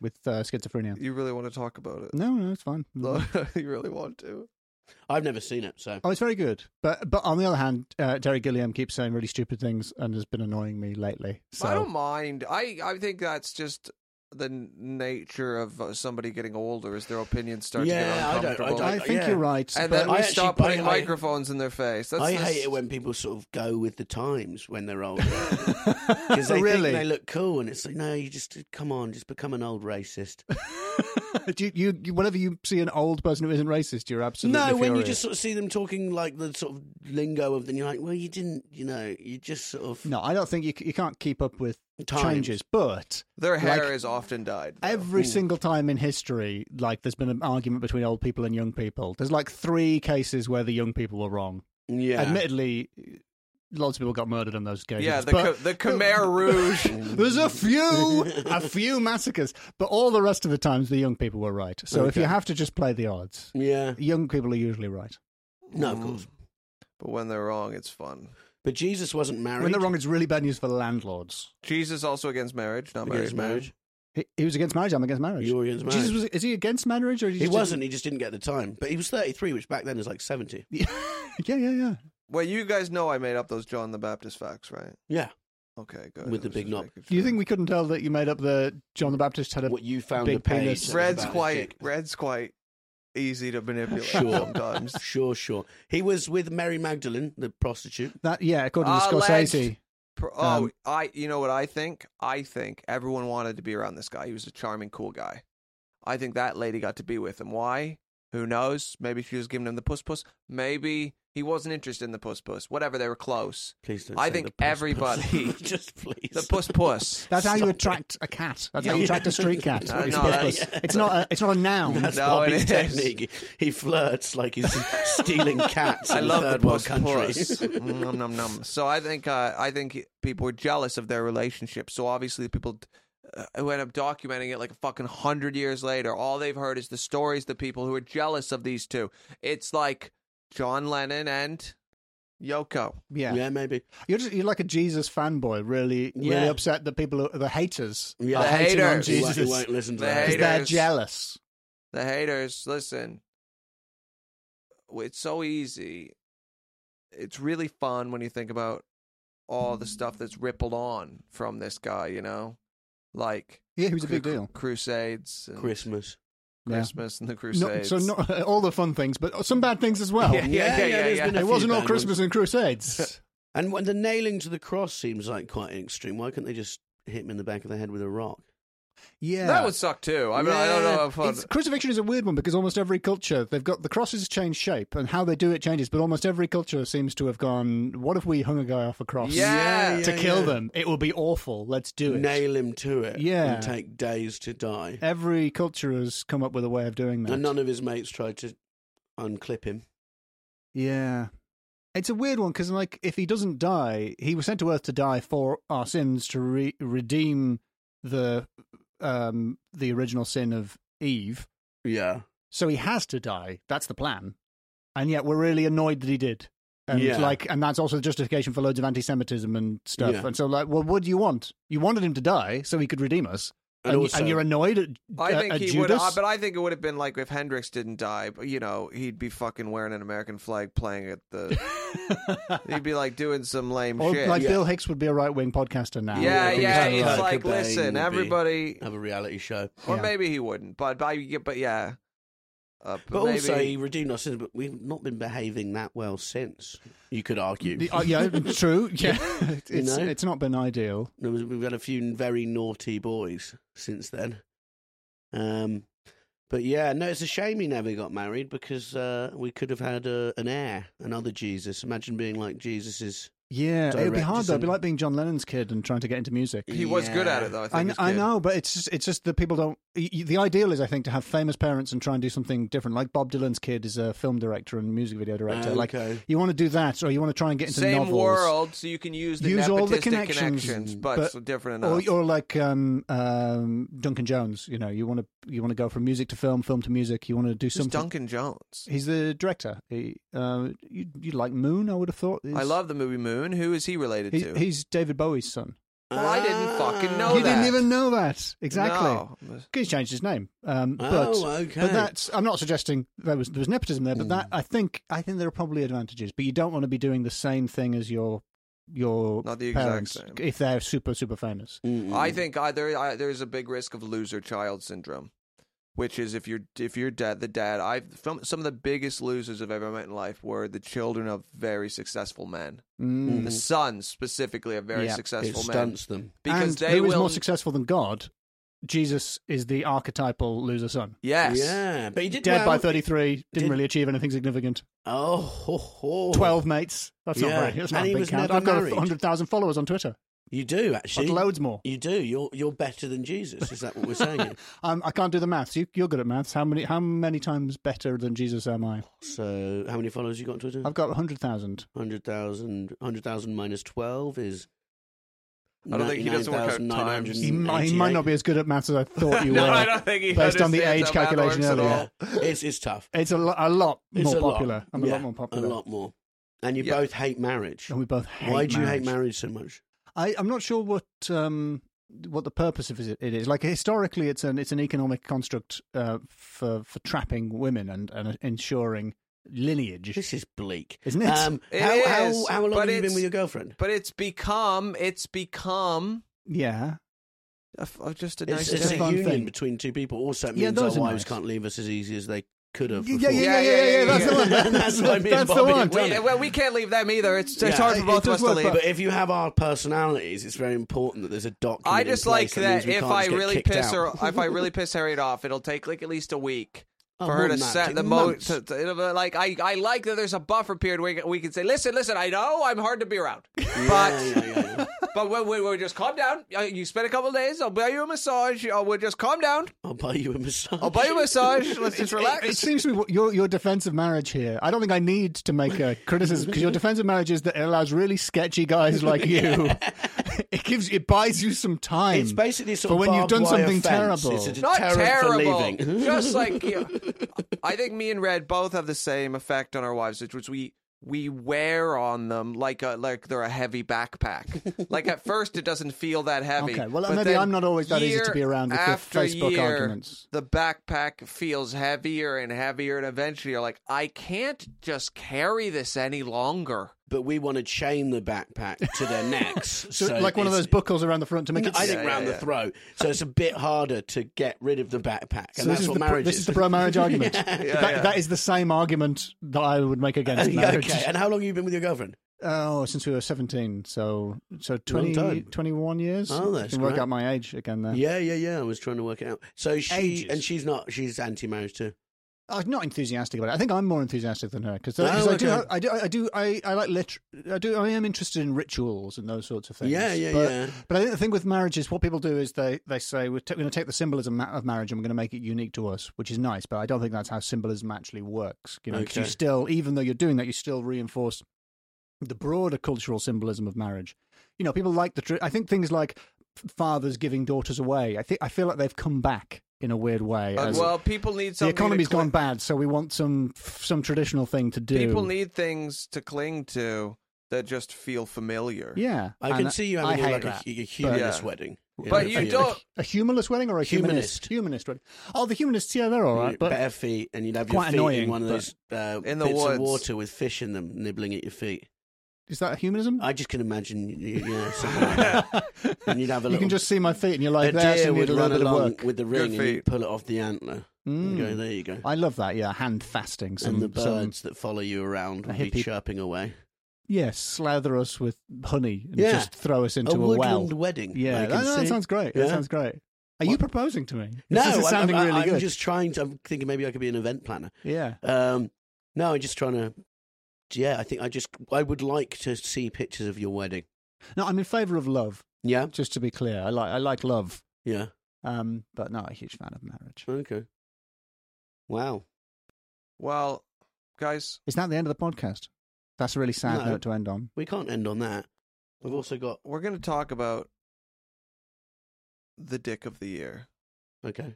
with uh, schizophrenia. you really want to talk about it? No, no, it's fine. Oh. No, you really want to? I've never seen it, so. Oh, it's very good. But but on the other hand, uh, Terry Gilliam keeps saying really stupid things and has been annoying me lately. So I don't mind. I I think that's just the n- nature of uh, somebody getting older is their opinions start to get Yeah, I don't- I uncomfortable. don't- I think yeah. you're right. and but then we I actually- stop putting I hate- microphones in their face. That's I this- hate it when people sort of go with the times when they're older. Because they Really? think they look cool, and it's like, no, you just come on, just become an old racist. Do you, you, you, whenever you see an old person who isn't racist, you're absolutely no, when you furious. just sort of see them talking like the sort of lingo of, then you're like, well, you didn't, you know, you just sort of no, I don't think you c- you can't keep up with Times. changes, but Their hair Like- is often dyed. though. Every single time in history, like there's been an argument between old people and young people. There's like three cases where the young people were wrong. yeah. Admittedly, lots of people got murdered on those cases. yeah, the, but co- the Khmer Rouge. there's a few, a few massacres, but all the rest of the times the young people were right. So if you Okay. have to just play the odds, Yeah. young people are usually right. No, of course. Mm. But when they're wrong, it's fun. But Jesus wasn't married. When they're wrong, it's really bad news for landlords. Jesus also against marriage, not against married man. marriage. He, he was against marriage. I'm against marriage. You were against Jesus marriage. was, is he against marriage or is he He just- wasn't. He just didn't get the time. But he was 33, which back then is like 70. yeah, yeah, yeah. Well, you guys know I made up those John the Baptist facts, right? Yeah. Okay, good. I With the was big just knob. making Do you sure. think we couldn't tell that you made up the John the Baptist had a What you found Big the page. penis. that was red's about his quite dick. red's quite easy to manipulate Sure. sometimes? Sure, sure. He was with Mary Magdalene, the prostitute. That yeah, according Ah, to Alleged. Scorsese. Pro- Oh, Um, I you know what I think? I think everyone wanted to be around this guy. He was a charming, cool guy. I think that lady got to be with him. Why? Who knows? Maybe she was giving him the puss puss. Maybe he wasn't interested in the puss puss. Whatever, they were close. Please don't. I say think the puss, puss. everybody- just please. The puss puss. That's how you Stop it. attract a cat. That's how you Yeah. attract a street cat. No, It's no, purpose. that's- It's not a it's not a noun. That's No, Bobby's it is. technique. He flirts like he's stealing cats in I love third the world puss countries. puss. nom, nom, nom. So I think uh, I think people were jealous of their relationship. So obviously the people uh, who end up documenting it like a fucking hundred years later, all they've heard is the stories the people who are jealous of these two. It's like John Lennon and Yoko. Yeah. yeah, maybe. You're just you're like a Jesus fanboy, really really Yeah. upset that people are the haters. Yeah. are The hating on haters. He won't, Jesus. he won't listen to The that. 'cause they're haters. jealous. The haters, listen. It's so easy. It's really fun when you think about all the stuff that's rippled on from this guy, you know? Like Yeah, he was a big Cru- deal. Crusades. and- Christmas. Yeah. Christmas and the No, Crusades. so not all the fun things, but some bad things as well. Yeah, yeah, yeah, yeah, there's yeah. been a It few wasn't all bad Christmas ones. and Crusades. And when the nailing to the cross seems like quite an extreme, why couldn't they just hit him in the back of the head with a rock? Yeah, That would suck too. I mean, I don't know. If It's- crucifixion is a weird one because almost every culture they've got the crosses change shape and how they do it changes, but almost every culture seems to have gone. What if we hung a guy off a cross? Yeah. to yeah, kill yeah. them, it will be awful. Let's do it. Nail him to it. Yeah. And take days to die. Every culture has come up with a way of doing that. And none of his mates tried to unclip him. yeah. It's a weird one because, like, if he doesn't die, he was sent to Earth to die for our sins to re- redeem the um, the original sin of Eve. Yeah. So he has to die. That's the plan. And yet we're really annoyed that he did. And Yeah. like and that's also the justification for loads of anti Semitism and stuff. Yeah. And so like, well what do you want? You wanted him to die so he could redeem us. And And, also- and you're annoyed at, I at- think at he would, Judas? uh, but I think it would have been like if Hendrix didn't die. But you know, he'd be fucking wearing an American flag, playing at the. he'd be like doing some lame or shit. like Yeah. Bill Hicks would be a right wing podcaster now. yeah, Yeah, yeah. because It's like like, Cobain would listen, be- everybody, Have a reality show. or Yeah. maybe he wouldn't, but but yeah, but yeah. Uh, But maybe- also, he redeemed our sins, but we've not been behaving that well since. You could argue. The- uh, yeah, true. Yeah, it's You know? it's not been ideal. There was- We've had a few very naughty boys since then. Um, but yeah, no, it's a shame he never got married because uh, we could have had uh, an heir, another Jesus. Imagine being like Jesus's. Yeah, it would be Direct hard though. It'd be descendant. like being John Lennon's kid and trying to get into music. he was good at Yeah. it though. I, think, I, kn- as a I kid. know, but it's just, it's just that people don't. y- y- The ideal is, I think, to have famous parents and try and do something different. Like Bob Dylan's kid is a film director and music video director. uh, Like Okay. you want to do that, or you want to try and get into Same novels. world, so you can use the Use all the nepotistic connections, but, but- it's different Or, enough. or like um, um, Duncan Jones, you know, you want to you want to go from music to film, film to music. You want to do Who's something. Duncan Jones? He's the director. He, uh, you, you like Moon? I would have thought. I He's- love the movie Moon. Who is he related He, to? he's David Bowie's son. Well, I didn't fucking know you that. didn't even know that exactly. No. He's changed his name. Um, but, Oh, okay. Hmm. But that's I'm not suggesting there was there was nepotism there, but that I think I think there are probably advantages. But you don't want to be doing the same thing as your your Not the exact parents same. if they're super super famous. I think I, there I, there's a big risk of loser child syndrome, which is if you're if you're dad the dad. I've some, some of the biggest losers I've ever met in life were the children of very successful men. Hmm. The sons specifically of very Yeah. It it successful men stunts them. because and they who is will more successful than God Jesus is the archetypal loser son. Yes. Yeah, but he did Dead well. by 33, didn't Did- really achieve anything significant. Oh, ho, ho. 12 mates. That's Yeah. not very. That's not And a he big was count. never I've got married. 100,000 followers on Twitter. You do Like actually. loads more. You do. You're you're better than Jesus. Is that what we're saying? here? Um, I can't do the maths. You, you're good at maths. How many how many times better than Jesus am I? so, how many followers you got on Twitter? I've got 100,000. 100,000 100,000 minus 12 is. I don't think he doesn't work out times. He, might- he might not be as good at maths as I thought you were. No, I don't think he based on the understands age how math calculation works at earlier. all. It's, it's tough. It's a, lo- a lot It's more a lot. popular. I'm a Yeah, lot more popular. A lot more. And you Yeah. both hate marriage. And we both hate Why do you hate marriage. marriage so much? I, I'm not sure what um, what the purpose of it it is. Like historically, it's an it's an economic construct uh, for for trapping women and, and ensuring lineage. This is bleak, Isn't it? Um, It how, is, how, how long but have you been it's- with your girlfriend? But it's become, it's become Yeah, a f- a- just a nice It's, it's it's a a fun union thing. between two people. Also, it Yeah, means those our are wives nice. can't leave us as easy as they could have. yeah, yeah, before. yeah, yeah, yeah, yeah, That's the one. That's what I mean, That's the Bobby. one. Wait, We, well, we can't leave them either. It's, Yeah. it's hard It- for it both of does us to work, leave. but- But if you have our personalities, it's very important that there's a document. I in just like place that means we if can't I just get really kicked piss out. her, if I really piss Harriet off, it'll take like at least a week Oh, for more her to than that. set Take the mo. months. To, to- it'll be like I, I like that there's a buffer period where we can say, listen, listen, I know I'm hard to be around, but Yeah, yeah, yeah. but we, we, we just calm down. Uh, You spend a couple of days. I'll buy you a massage. Uh, we'll just calm down. I'll buy you a massage. I'll buy you a massage. Let's just relax. It, it seems to me what- your your defense of marriage here. I don't think I need to make a criticism because your defense of marriage is that it allows really sketchy guys like you. It gives it buys you some time. It's basically sort for of when you've barbed done wire something fence. terrible. It's a Not deterrent terrible. for leaving. Just like you. I think me and Red both have the same effect on our wives, which was we we wear on them like a like they're a heavy backpack. like at first it doesn't feel that heavy. Okay, well, but maybe then I'm not always that easy to year be around with your after Facebook year, arguments. The backpack feels heavier and heavier, and eventually you're like, I can't just carry this any longer. But we want to chain the backpack to their necks. So, like one of those it's- buckles around the front to make it. I think Yeah, round yeah, the throat. So it's a bit harder to get rid of the backpack. And So that's this is, what the, pro- marriage this is the pro marriage argument. that, yeah. that is the same argument that I would make against marriage. okay. And how long have you been with your girlfriend? Oh, since we were 17, so so time. 20, 21 years. Oh, that's You can work great. out my age again there. Yeah, yeah, yeah. I was trying to work it out. So she Uh. Ages. and she's not. She's anti-marriage too. I'm not enthusiastic about it. I think I'm more enthusiastic than her because Oh, I, okay. do, have- I do, I do, I, I like lit. I do, I am interested in rituals and those sorts of things. Yeah, yeah, but, yeah. But I think the thing with marriage is what people do is they they say we're, t- going to take the symbolism ma- of marriage and we're going to make it unique to us, which is nice. But I don't think that's how symbolism actually works. You know, 'cause you Okay. still, even though you're doing that, you still reinforce the broader cultural symbolism of marriage. You know, people like the. Tr- I think things like f- fathers giving daughters away. I think I feel like they've come back in a weird way. Uh, as- well, people need the something. economy's to cling- gone bad, so we want some some traditional thing to do. People need things to cling to that just feel familiar. yeah. I and can see you I having hate like a, that. a humanist Yeah. wedding. But you a- don't- a humorless wedding or a Humanist. humanist? Humanist wedding. Oh, the humanists, yeah, they're all right, but better feet, and you'd have your quite feet annoying, in one of but- those uh, In the bits woods. of water with fish in them, nibbling at your feet. is that a humanism? I just can imagine, y- y- yeah, something like that. and you'd have a you little. can just see my feet, and you're a like, "There's deer a would little run bit of along work." with the ring, and feet. you'd pull it off the antler. And go, Mm. there you go. I love that. Yeah, hand fasting. Some, and the some- birds that follow you around A would be hippie- chirping away. yes, slather us with honey and Yeah. just throw us into a a, well. woodland wedding. I Yeah, can that, that see. sounds great. That Yeah. sounds great. Are you What? proposing to me? No, this is I'm- sounding I'm, really I'm good. just trying to. I'm thinking maybe I could be an event planner. Yeah. Um, no, I'm just trying to. Yeah, I think I just I would like to see pictures of your wedding. No, I'm in favour of love. Yeah, Just to be clear, I like I like love. yeah. Um, but not a huge fan of marriage. Okay. Wow. Well, guys, Is that the end of the podcast? That's a really sad No. note to end on. We can't end on that. We've also got we're going to talk about the dick of the year. okay.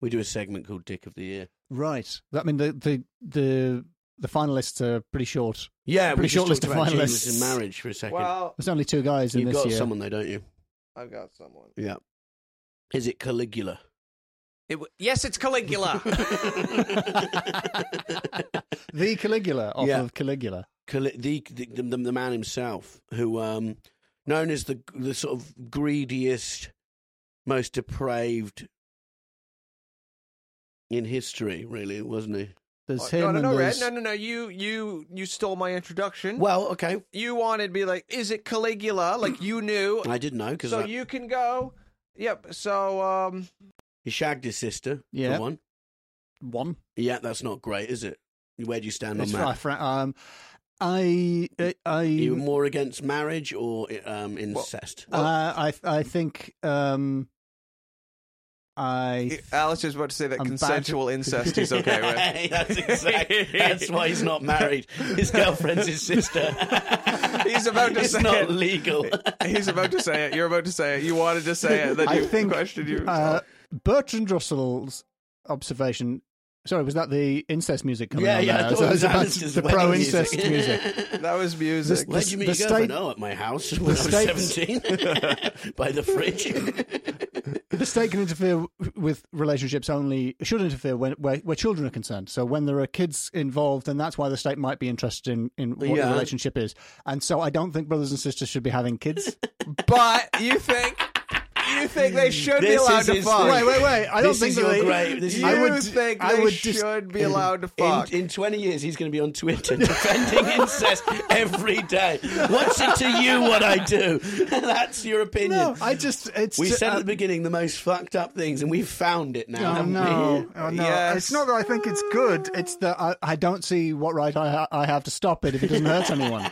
We do a segment called Dick of the Year. Right. I mean, the the the, the finalists are pretty short. Yeah, Pretty we short just list talked of about finalists. Jesus and marriage for a second. Well, There's only two guys in You've this got year. someone though, don't you? I've got someone. Yeah. Is it Caligula? It w- yes, it's Caligula. The Caligula off Yeah. of Caligula. Cali- the, the, the the man himself, who um, known as the the sort of greediest, most depraved in history, really, wasn't he? There's him Oh, no, no, and no, Red. there's No, no, no. You, you, you stole my Hmm? introduction. Well, okay, you wanted to be like, is it Caligula? Like you knew. I didn't know because so you can go. Yep. So, um, He shagged his sister. for Yeah. one. One. Yeah, that's not great, is it? Where do you stand on It's that? fri- fri- um, I, I, Are you I, more against marriage or um, incest? uh, I, I think, um, I, Alice is about to say that I'm bad. consensual incest is okay with. that's exactly. That's why he's not married. His girlfriend's his sister. He's about to it's say not it. legal. He's about to say it. You're about to say it. You wanted to say it. Then I you think questioned you. uh, Bertrand Russell's observation. Sorry, was that the incest music coming yeah, on yeah. there? I thought So it was it's about Alice's the wedding pro incest music. that was This- music. Where The- would you meet the your girlfriend? state- Oh, at my house when I was state- seventeen, by the fridge. The state can interfere with relationships only should interfere when where, where children are concerned. So when there are kids involved, then that's why the state might be interested in, in what Yeah. the relationship is. And so I don't think brothers and sisters should be having kids. but you think you think they should be Hmm. This allowed is to his fuck? thing. wait, wait, wait! I don't This think is that your they- grave. This is- You I would think I they would dis- should be allowed to In, fuck? in 20 years, he's going to be on Twitter defending incest every day. What's it to you what I do? That's your opinion. No, I just it's we ju- said uh, at the beginning the most fucked up things, and we've found it now. Oh haven't no! Oh, no. Yes. It's not that I think it's good. It's that I, I don't see what right I, ha- I have to stop it if it doesn't hurt anyone.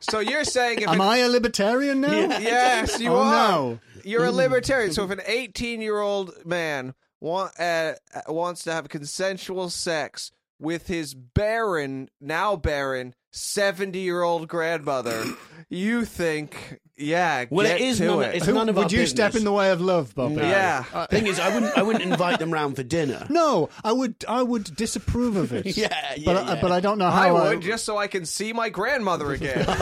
so you're saying if Am it- I a libertarian now? Yes, you Oh, are. no. Hmm. You're a libertarian. So if an 18 year old man want, uh, wants to have consensual sex with his barren, now barren, 70 year old grandmother, you think, yeah, Well, it get is to none- it. it's Who- none of would our you step business. in the way of love, Bobby? we? Yeah. Uh, Uh, Thing is, I wouldn't. I wouldn't invite them round for dinner. No, I would. I would disapprove of it. Yeah, yeah, but I, yeah. but Oh, I Oh, don't know I how. would just so I can see my grandmother again.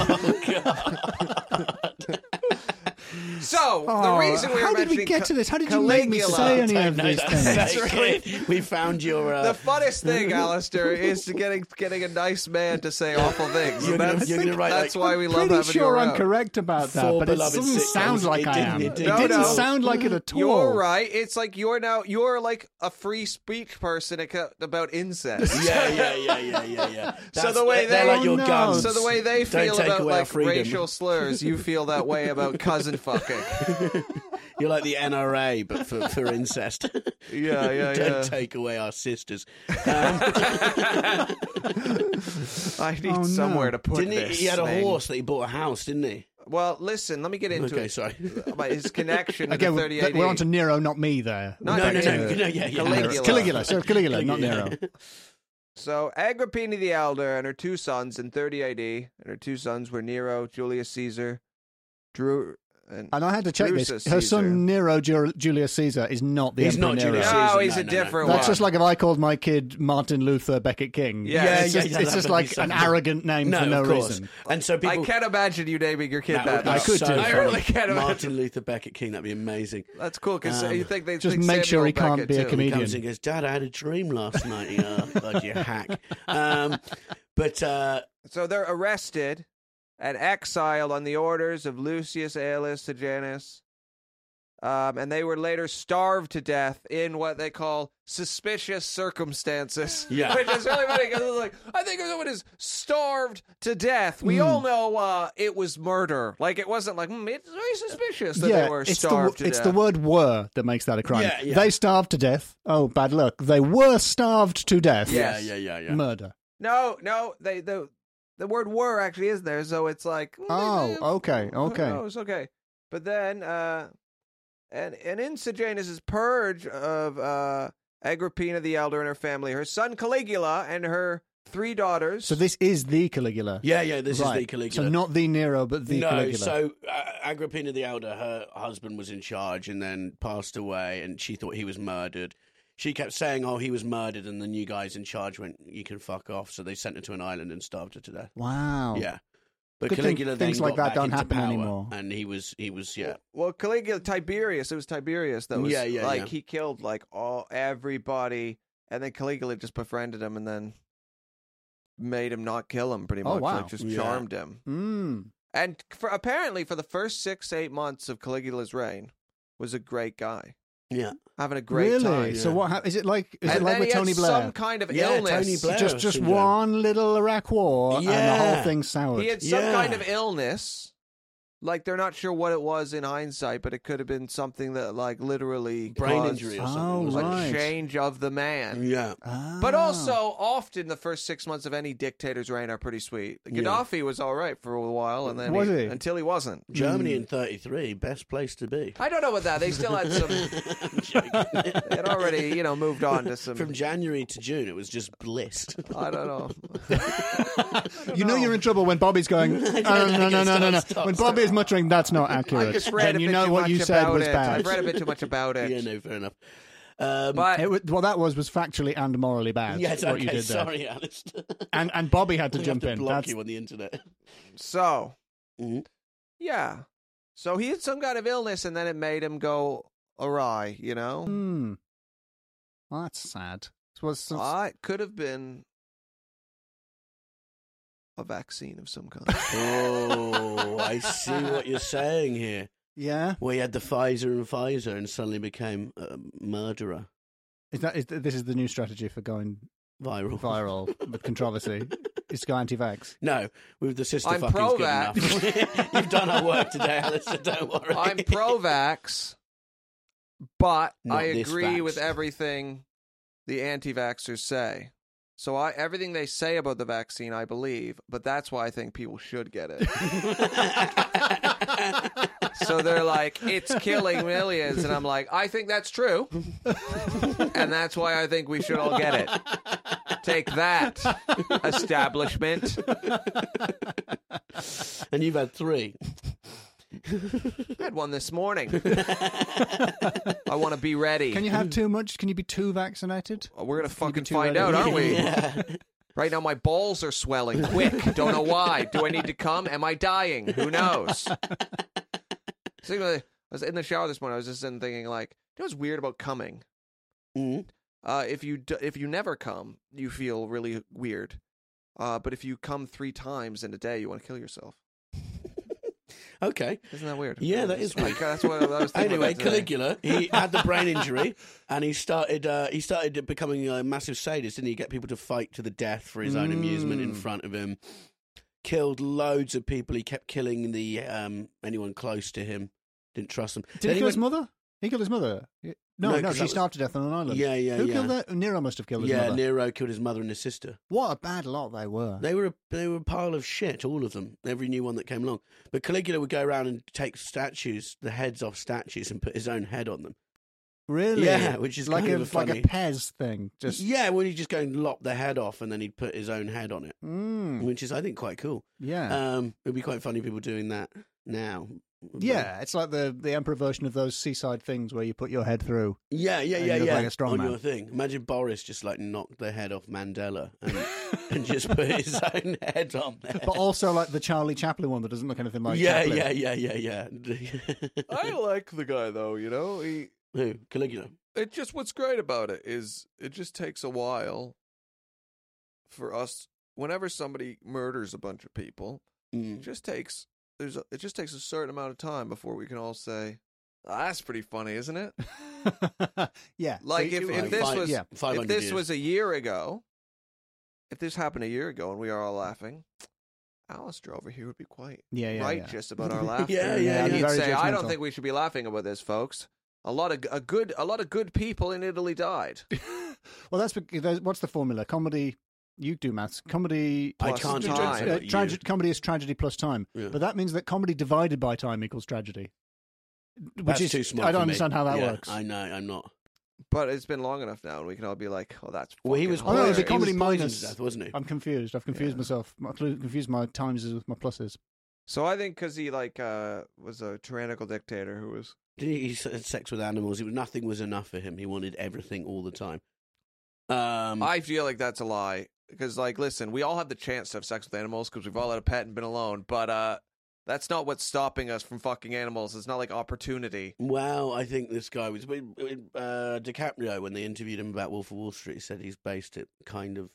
so the Oh, reason we were how did we mentioning get Ca- to this? How did you make me Caligula- say any I of know these that's things? so good. We found your. Uh, The funnest thing, Alistair, is to getting getting a nice man to say awful things. You're gonna- that's you're gonna write, that's like, why we love Pretty having sure you I'm around. correct about that, Four but it beloved doesn't sitcoms. sound like It I didn't- am. it didn't. No, didn't no. sound like it at all. You're right. It's like you're now you're like a free speech person ac- about incest. yeah, yeah, yeah, yeah, yeah, yeah. That's- the way they're they- like your Oh, no. guns. So the way they Don't feel take about away our like freedom. racial slurs, you feel that way about cousin fucking. You're like the NRA, but for, for incest. Yeah, yeah, Don't yeah. take away our sisters. I need Oh, no. somewhere to put Didn't he? this. He had a thing. horse that he bought a house, didn't he? Well, listen. Let me get into Okay, it. sorry. About his connection to Again, the E. we're, 38. we're on to Nero, not me there. No, no, no, back no, to no, yeah, yeah. Caligula. Caligula, so Caligula, not Nero. So Agrippina the Elder and her two sons in 30 AD, and her two sons were Nero, Julius Caesar, Drew, and Uh, And I had to check this. Drusus Caesar. Her son Nero Ju- Julius Caesar is not the He's Emperor not Nero. Julius No, Caesar, he's no, a no, no. different That's one. just like if I called my kid Martin Luther Beckett King. Yeah, it's yeah, just, yeah, it's that just would like be so- an arrogant name no, for no of course. reason. And so people. I can't imagine you naming your kid that that. would be I could so do. funny. I really can't imagine. Martin Luther Beckett King. That'd be amazing. That's cool because Um, you think they just think make sure Samuel he can't Beckett be a too. comedian. Comes and goes, Dad, I had a dream last night. You know, God, you hack. Um, but uh, So they're arrested and exiled on the orders of Lucius Aulus Sejanus. Um, and they were later starved to death in what they call suspicious circumstances. Yeah. Which is really funny because it's like, I think if someone is starved to death, we Hmm. all know uh, it was murder. Like, it wasn't like, mm, it's very suspicious that they Yeah, were it's the, wo- starved to it's death. the word were that makes that a crime. Yeah, yeah. They starved to death. Oh, bad luck. They were starved to death. yeah, Yes. yeah, yeah, yeah. Murder. No, no, they the the word "were" actually is there, so it's like mm, Oh, eh, okay, who okay. knows? okay. But then, uh, and and in Sejanus's purge of uh, Agrippina the elder and her family, her son Caligula and her three daughters. So this is the Caligula. Yeah, yeah. This Right. is the Caligula. So not the Nero, but the no, Caligula. so uh, Agrippina the Elder, her husband was in charge and then passed away, and she thought he was murdered. She kept saying, "Oh, he was murdered," and the new guys in charge went, "You can fuck off." So they sent her to an island and starved her to death. wow. Yeah, but Oh. Good thing Caligula then things like got that back don't into happen power, anymore. and he was, he was, yeah, well, Caligula Tiberius, it was Tiberius that was Yeah, yeah, like yeah. he killed like all everybody, and then Caligula just befriended him and then made him not kill him pretty Oh, much, wow. like just Yeah. charmed him. Mm. And for, apparently, for the first six, eight months of Caligula's reign, was a great guy, yeah, having a great really? time. So yeah. what hap- is it like? Is and it like then with he Tony had Blair? some kind of Yeah, illness. Tony Blair. just just syndrome. one little Iraq war, and the Yeah. whole thing soured. He had some Yeah. kind of illness Like they're not sure what it was in hindsight, but it could have been something that like literally Brain caused injury or Oh, something. a wasn't it? right. change of the man. Yeah. But Ah. also, often the first six months of any dictator's reign are pretty sweet. Yeah. Gaddafi was all right for a while, and then Was he? until he wasn't. Germany in 33, best place to be. I don't know about that. They still had some. they had already, you know, moved on to some. From January to June, it was just bliss. I don't know. Ah. you know you're in trouble when Bobby's going. "Oh, no, no, no, no, no, no. Stop, When stop. Bobby is muttering, "That's not I accurate," just read then a you bit know too what much you said about was it. bad. I've read a bit too much about it. yeah, no, fair enough. Um, But It wa- well, that was was factually and morally bad. yes, what okay, you did there. sorry, Alistair. And and Bobby had to We have jump to in. block That's you on the internet. so, Mhm. yeah. So he had some kind of illness, and then it made him go awry. You know, Hmm. Well, that's sad. It was Ah, it could have been a vaccine of some kind. Oh, I see what you're saying here. yeah. Where you had the Pfizer and Pfizer and suddenly became a murderer. Is that is th- this is the new strategy for going Viral. viral with controversy? Is to go anti-vax. No, with the sister I'm fucking's pro good that. enough. You've done our work today, Alistair, don't worry. I'm pro vax, but Not I this agree vax. with everything the anti vaxxers say. So I everything they say about the vaccine, I believe, but that's why I think people should get it. so they're like, it's killing millions, and I'm like, I think that's true, and that's why I think we should all get it. Take that, establishment. and you've had three. I had one this morning. I want to be ready. Can you have too much? Can you be too vaccinated? We're gonna fucking too find ready. out, aren't we? Yeah. Right now, my balls are swelling. Quick, don't know why. Do I need to come? Am I dying? Who knows? So, you know, I was in the shower this morning. I was just in thinking, like, you know what's weird about coming? Mm. Uh, if you d- if you never come, you feel really weird. Uh, but if you come three times in a day, you want to kill yourself. Okay. Isn't that weird? Yeah, that is weird. Like, that's what I was thinking. Anyway, about today. Caligula, he had the brain injury, and he started uh, he started becoming a massive sadist, didn't he? Get people to fight to the death for his own amusement in Mm. front of him. Killed loads of people. He kept killing the um, anyone close to him. Didn't trust them. Did Then he he kill his went- mother? He killed his mother. No, No, no, 'cause she that was- starved to death on an island. Yeah, yeah, Who yeah. killed that? Nero must have killed his yeah, mother. Nero killed his mother and his sister. What a bad lot they were. They were a, they were a pile of shit, all of them. Every new one that came along. But Caligula would go around and take statues, the heads off statues, and put his own head on them. really? Yeah, which is like kind a, of like a funny. Pez thing. Just yeah, well, he'd just go and lop the head off, and then he'd put his own head on it, Mm, which is, I think, quite cool. yeah. Um, it'd be quite funny people doing that now. Yeah, it's like the the emperor version of those seaside things where you put your head through. yeah, yeah, And yeah, you look yeah. like a strong on man. your thing. Imagine Boris just like knocked the head off Mandela and, and just put his own head on there. But also like the Charlie Chaplin one that doesn't look anything like yeah, Chaplin. yeah, yeah, yeah, yeah, I like the guy though. You know, he Who? Caligula. it just what's great about it is it just takes a while for us whenever somebody murders a bunch of people it Mm. just takes there's a, it just takes a certain amount of time before we can all say "Ah, that's pretty funny isn't it yeah. yeah. like So if, you- if this Five- was yeah. if 500 this years. was a year ago if this happened a year ago and we are all laughing Alistair over here would be quite yeah, yeah, yeah. righteous about our laughter. Yeah, yeah, And yeah. he'd Very say, I don't judgmental. think we should be laughing about this, folks. A lot of a good a lot of good people in Italy died. Well, that's bec- there's- what's the formula? Comedy. You do maths. Comedy. I plus can't do time. it. so Uh, not you. trage- comedy is tragedy plus time, Yeah. but that means that comedy divided by time equals tragedy. Which That's is too smart I don't for me. understand how that Yeah, works. I know, I'm not. But it's been long enough now, and we can all be like, "Oh, that's." Well, he fucking was Oh, no, it was hilarious." a comedy he was poisoned minus- to death, wasn't he? I'm confused. I've confused Yeah. myself. I've confused my times with my pluses. So I think because he like uh, was a tyrannical dictator who was Did he, he had sex with animals? It was nothing was enough for him. He wanted everything all the time. Um, I feel like that's a lie because, like, listen, we all have the chance to have sex with animals because we've all had a pet and been alone. But uh, that's not what's stopping us from fucking animals. It's not like opportunity. Well, I think this guy was when- when, uh, DiCaprio when they interviewed him about Wolf of Wall Street. Said he's based it kind of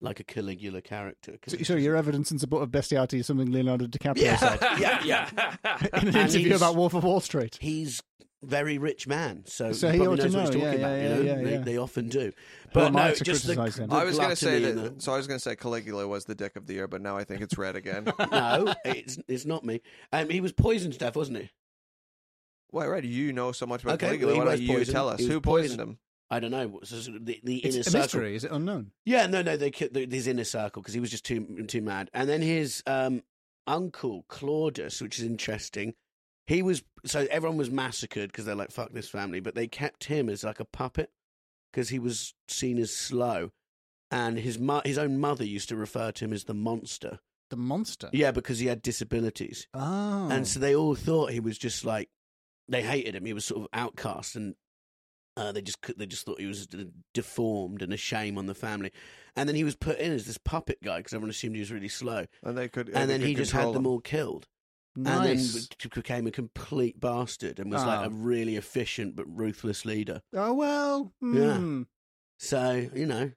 like a Caligula character. So, so your evidence in support of bestiality is something Leonardo DiCaprio said yeah, yeah. in an And interview he's- about Wolf of Wall Street. He's very rich man, so, So he he, ought probably to knows what he's know, talking yeah, about. yeah, you know, yeah, they, yeah. they often do. Well, But am I no, to just the, criticise him? the I was going to say gluttony that. and So I was going to say Caligula was the dick of the year, but now I think it's red again. the- no, it's it's not me. Um, he was poisoned to death, wasn't he? Why, right? You know so much about Okay, Caligula. well, he Why was don't you poisoned. tell us He was who poisoned poisoned. him? I don't know. So, so the, the It's inner a circle. mystery. Is it unknown? Yeah, no, no, they ki- the, his inner circle because he was just too too mad. And then his um, uncle Claudius, which is interesting. He was so everyone was massacred because they're like fuck this family, but they kept him as like a puppet because he was seen as slow. And his mo- his own mother used to refer to him as the monster. The monster. Yeah, because he had disabilities, Oh. and so they all thought he was just like they hated him. He was sort of outcast, and uh, they just cou- they just thought he was d- deformed and a shame on the family. And then he was put in as this puppet guy because everyone assumed he was really slow. And they could. And they then could he just control had them him. all killed, and then nice. b- t- became a complete bastard and was like Oh. a really efficient but ruthless leader. oh well. Yeah. hmm. So you know,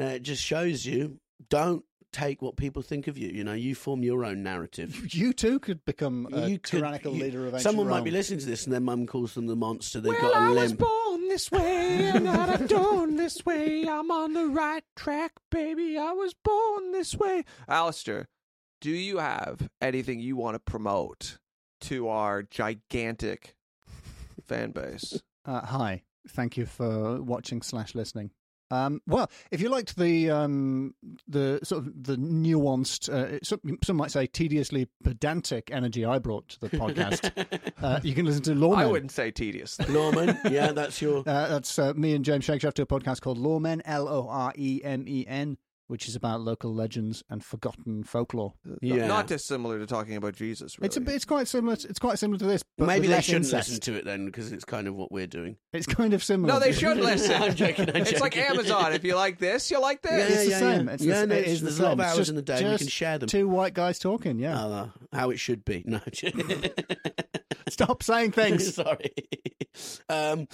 uh, it just shows you don't take what people think of you. You know, you form your own narrative. You- You too could become a You could- tyrannical you- leader of ancient Someone might Rome. be listening to this, and their mum calls them the monster. They've got a limp. born this way, and that I'm born this way. I'm on the right track, baby. I was born this way. Alistair, do you have anything you want to promote to our gigantic fan base? Uh, hi, thank you for watching slash listening. Um, well, if you liked the um, the sort of the nuanced, uh, some, some might say tediously pedantic energy I brought to the podcast, uh, you can listen to Oh, Lawmen. I wouldn't say tedious. Norman, yeah, that's your. Uh, that's uh, me and James Shakespeare do a podcast called Lawmen, L O R E M E N, which is about local legends and forgotten folklore. Yeah. Not dissimilar to talking about Jesus. Really. It's a, it's quite similar. To, it's quite similar to this, but Maybe with they less shouldn't incest. listen to it then, because it's kind of what we're doing. It's kind of similar. no, they should listen. I'm joking, I'm it's like joking. Amazon. If you like this, you like this. Yeah, It's the same. yeah. It's Yeah, the, no, it it's- is the there's a same. lot of It's hours just- in the day, we just can share them. Two white guys talking. Yeah. Oh, uh, how it should be. No, Stop saying things. sorry. Um,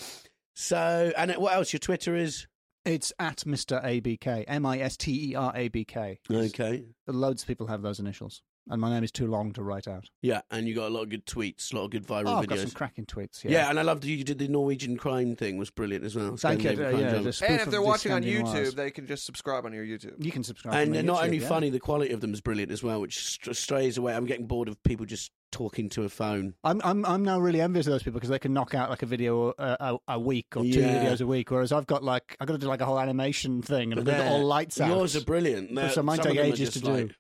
so, and what else? Your Twitter is it's at Mr. ABK. M I S T E R A B K. okay. Loads of people have those initials. And my name is too long to write out. Yeah, and you got a lot of good tweets, a lot of good viral Oh, I've got some videos. cracking tweets. yeah. Yeah. and I loved you. You did the Norwegian crime thing; was brilliant as well. Thank you. uh, Scandinavian Yeah, crime yeah, drama. the spoof And if of they're the watching on Scandinavians. YouTube, they can just subscribe on your YouTube. you can subscribe. and to they're me not on only YouTube, yeah. funny, the quality of them is brilliant as well, which st- strays away. I'm getting bored of people just talking to a phone. I'm, I'm I'm now really envious of those people because they can knock out like a video uh, a, a, a week or two Yeah. videos a week, whereas I've got like I've got to do like a whole animation thing and I've got it They're- all lights out. Yours are brilliant. They're- So mine some of take them are ages just to do. like,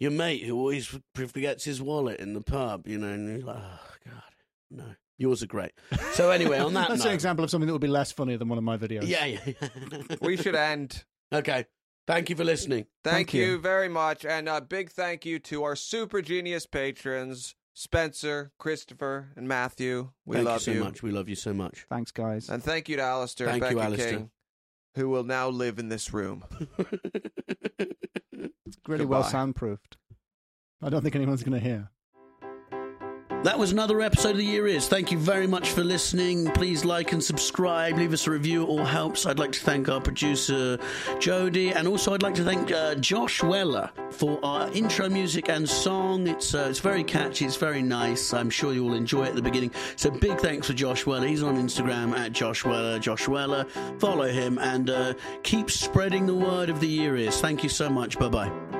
Your mate who always forgets his wallet in the pub, you know, and you're like, oh god, no. Yours are great. So anyway, on that that's an note, example of something that would be less funny than one of my videos. yeah, yeah. We should end. okay. Thank you for listening. Thank, Thank you. you. very much. And a big thank you to our super genius patrons, Spencer, Christopher, and Matthew. We Thank love you so much. We love you so much. Thanks, guys. And thank you to Alistair and Thank Becky you, Alistair. King, who will now live in this room. really well Goodbye. soundproofed. I don't think anyone's going to hear. That was another episode of The Year Is. Thank you very much for listening. Please like and subscribe. Leave us a review. It all helps. I'd like to thank our producer, Jody. And also, I'd like to thank uh, Josh Weller for our intro music and song. It's, uh, it's very catchy. It's very nice. I'm sure you'll enjoy it at the beginning. So big thanks for Josh Weller. He's on Instagram at Josh Weller. Josh Weller. Follow him and uh, keep spreading the word of The Year Is. Thank you so much. Bye-bye.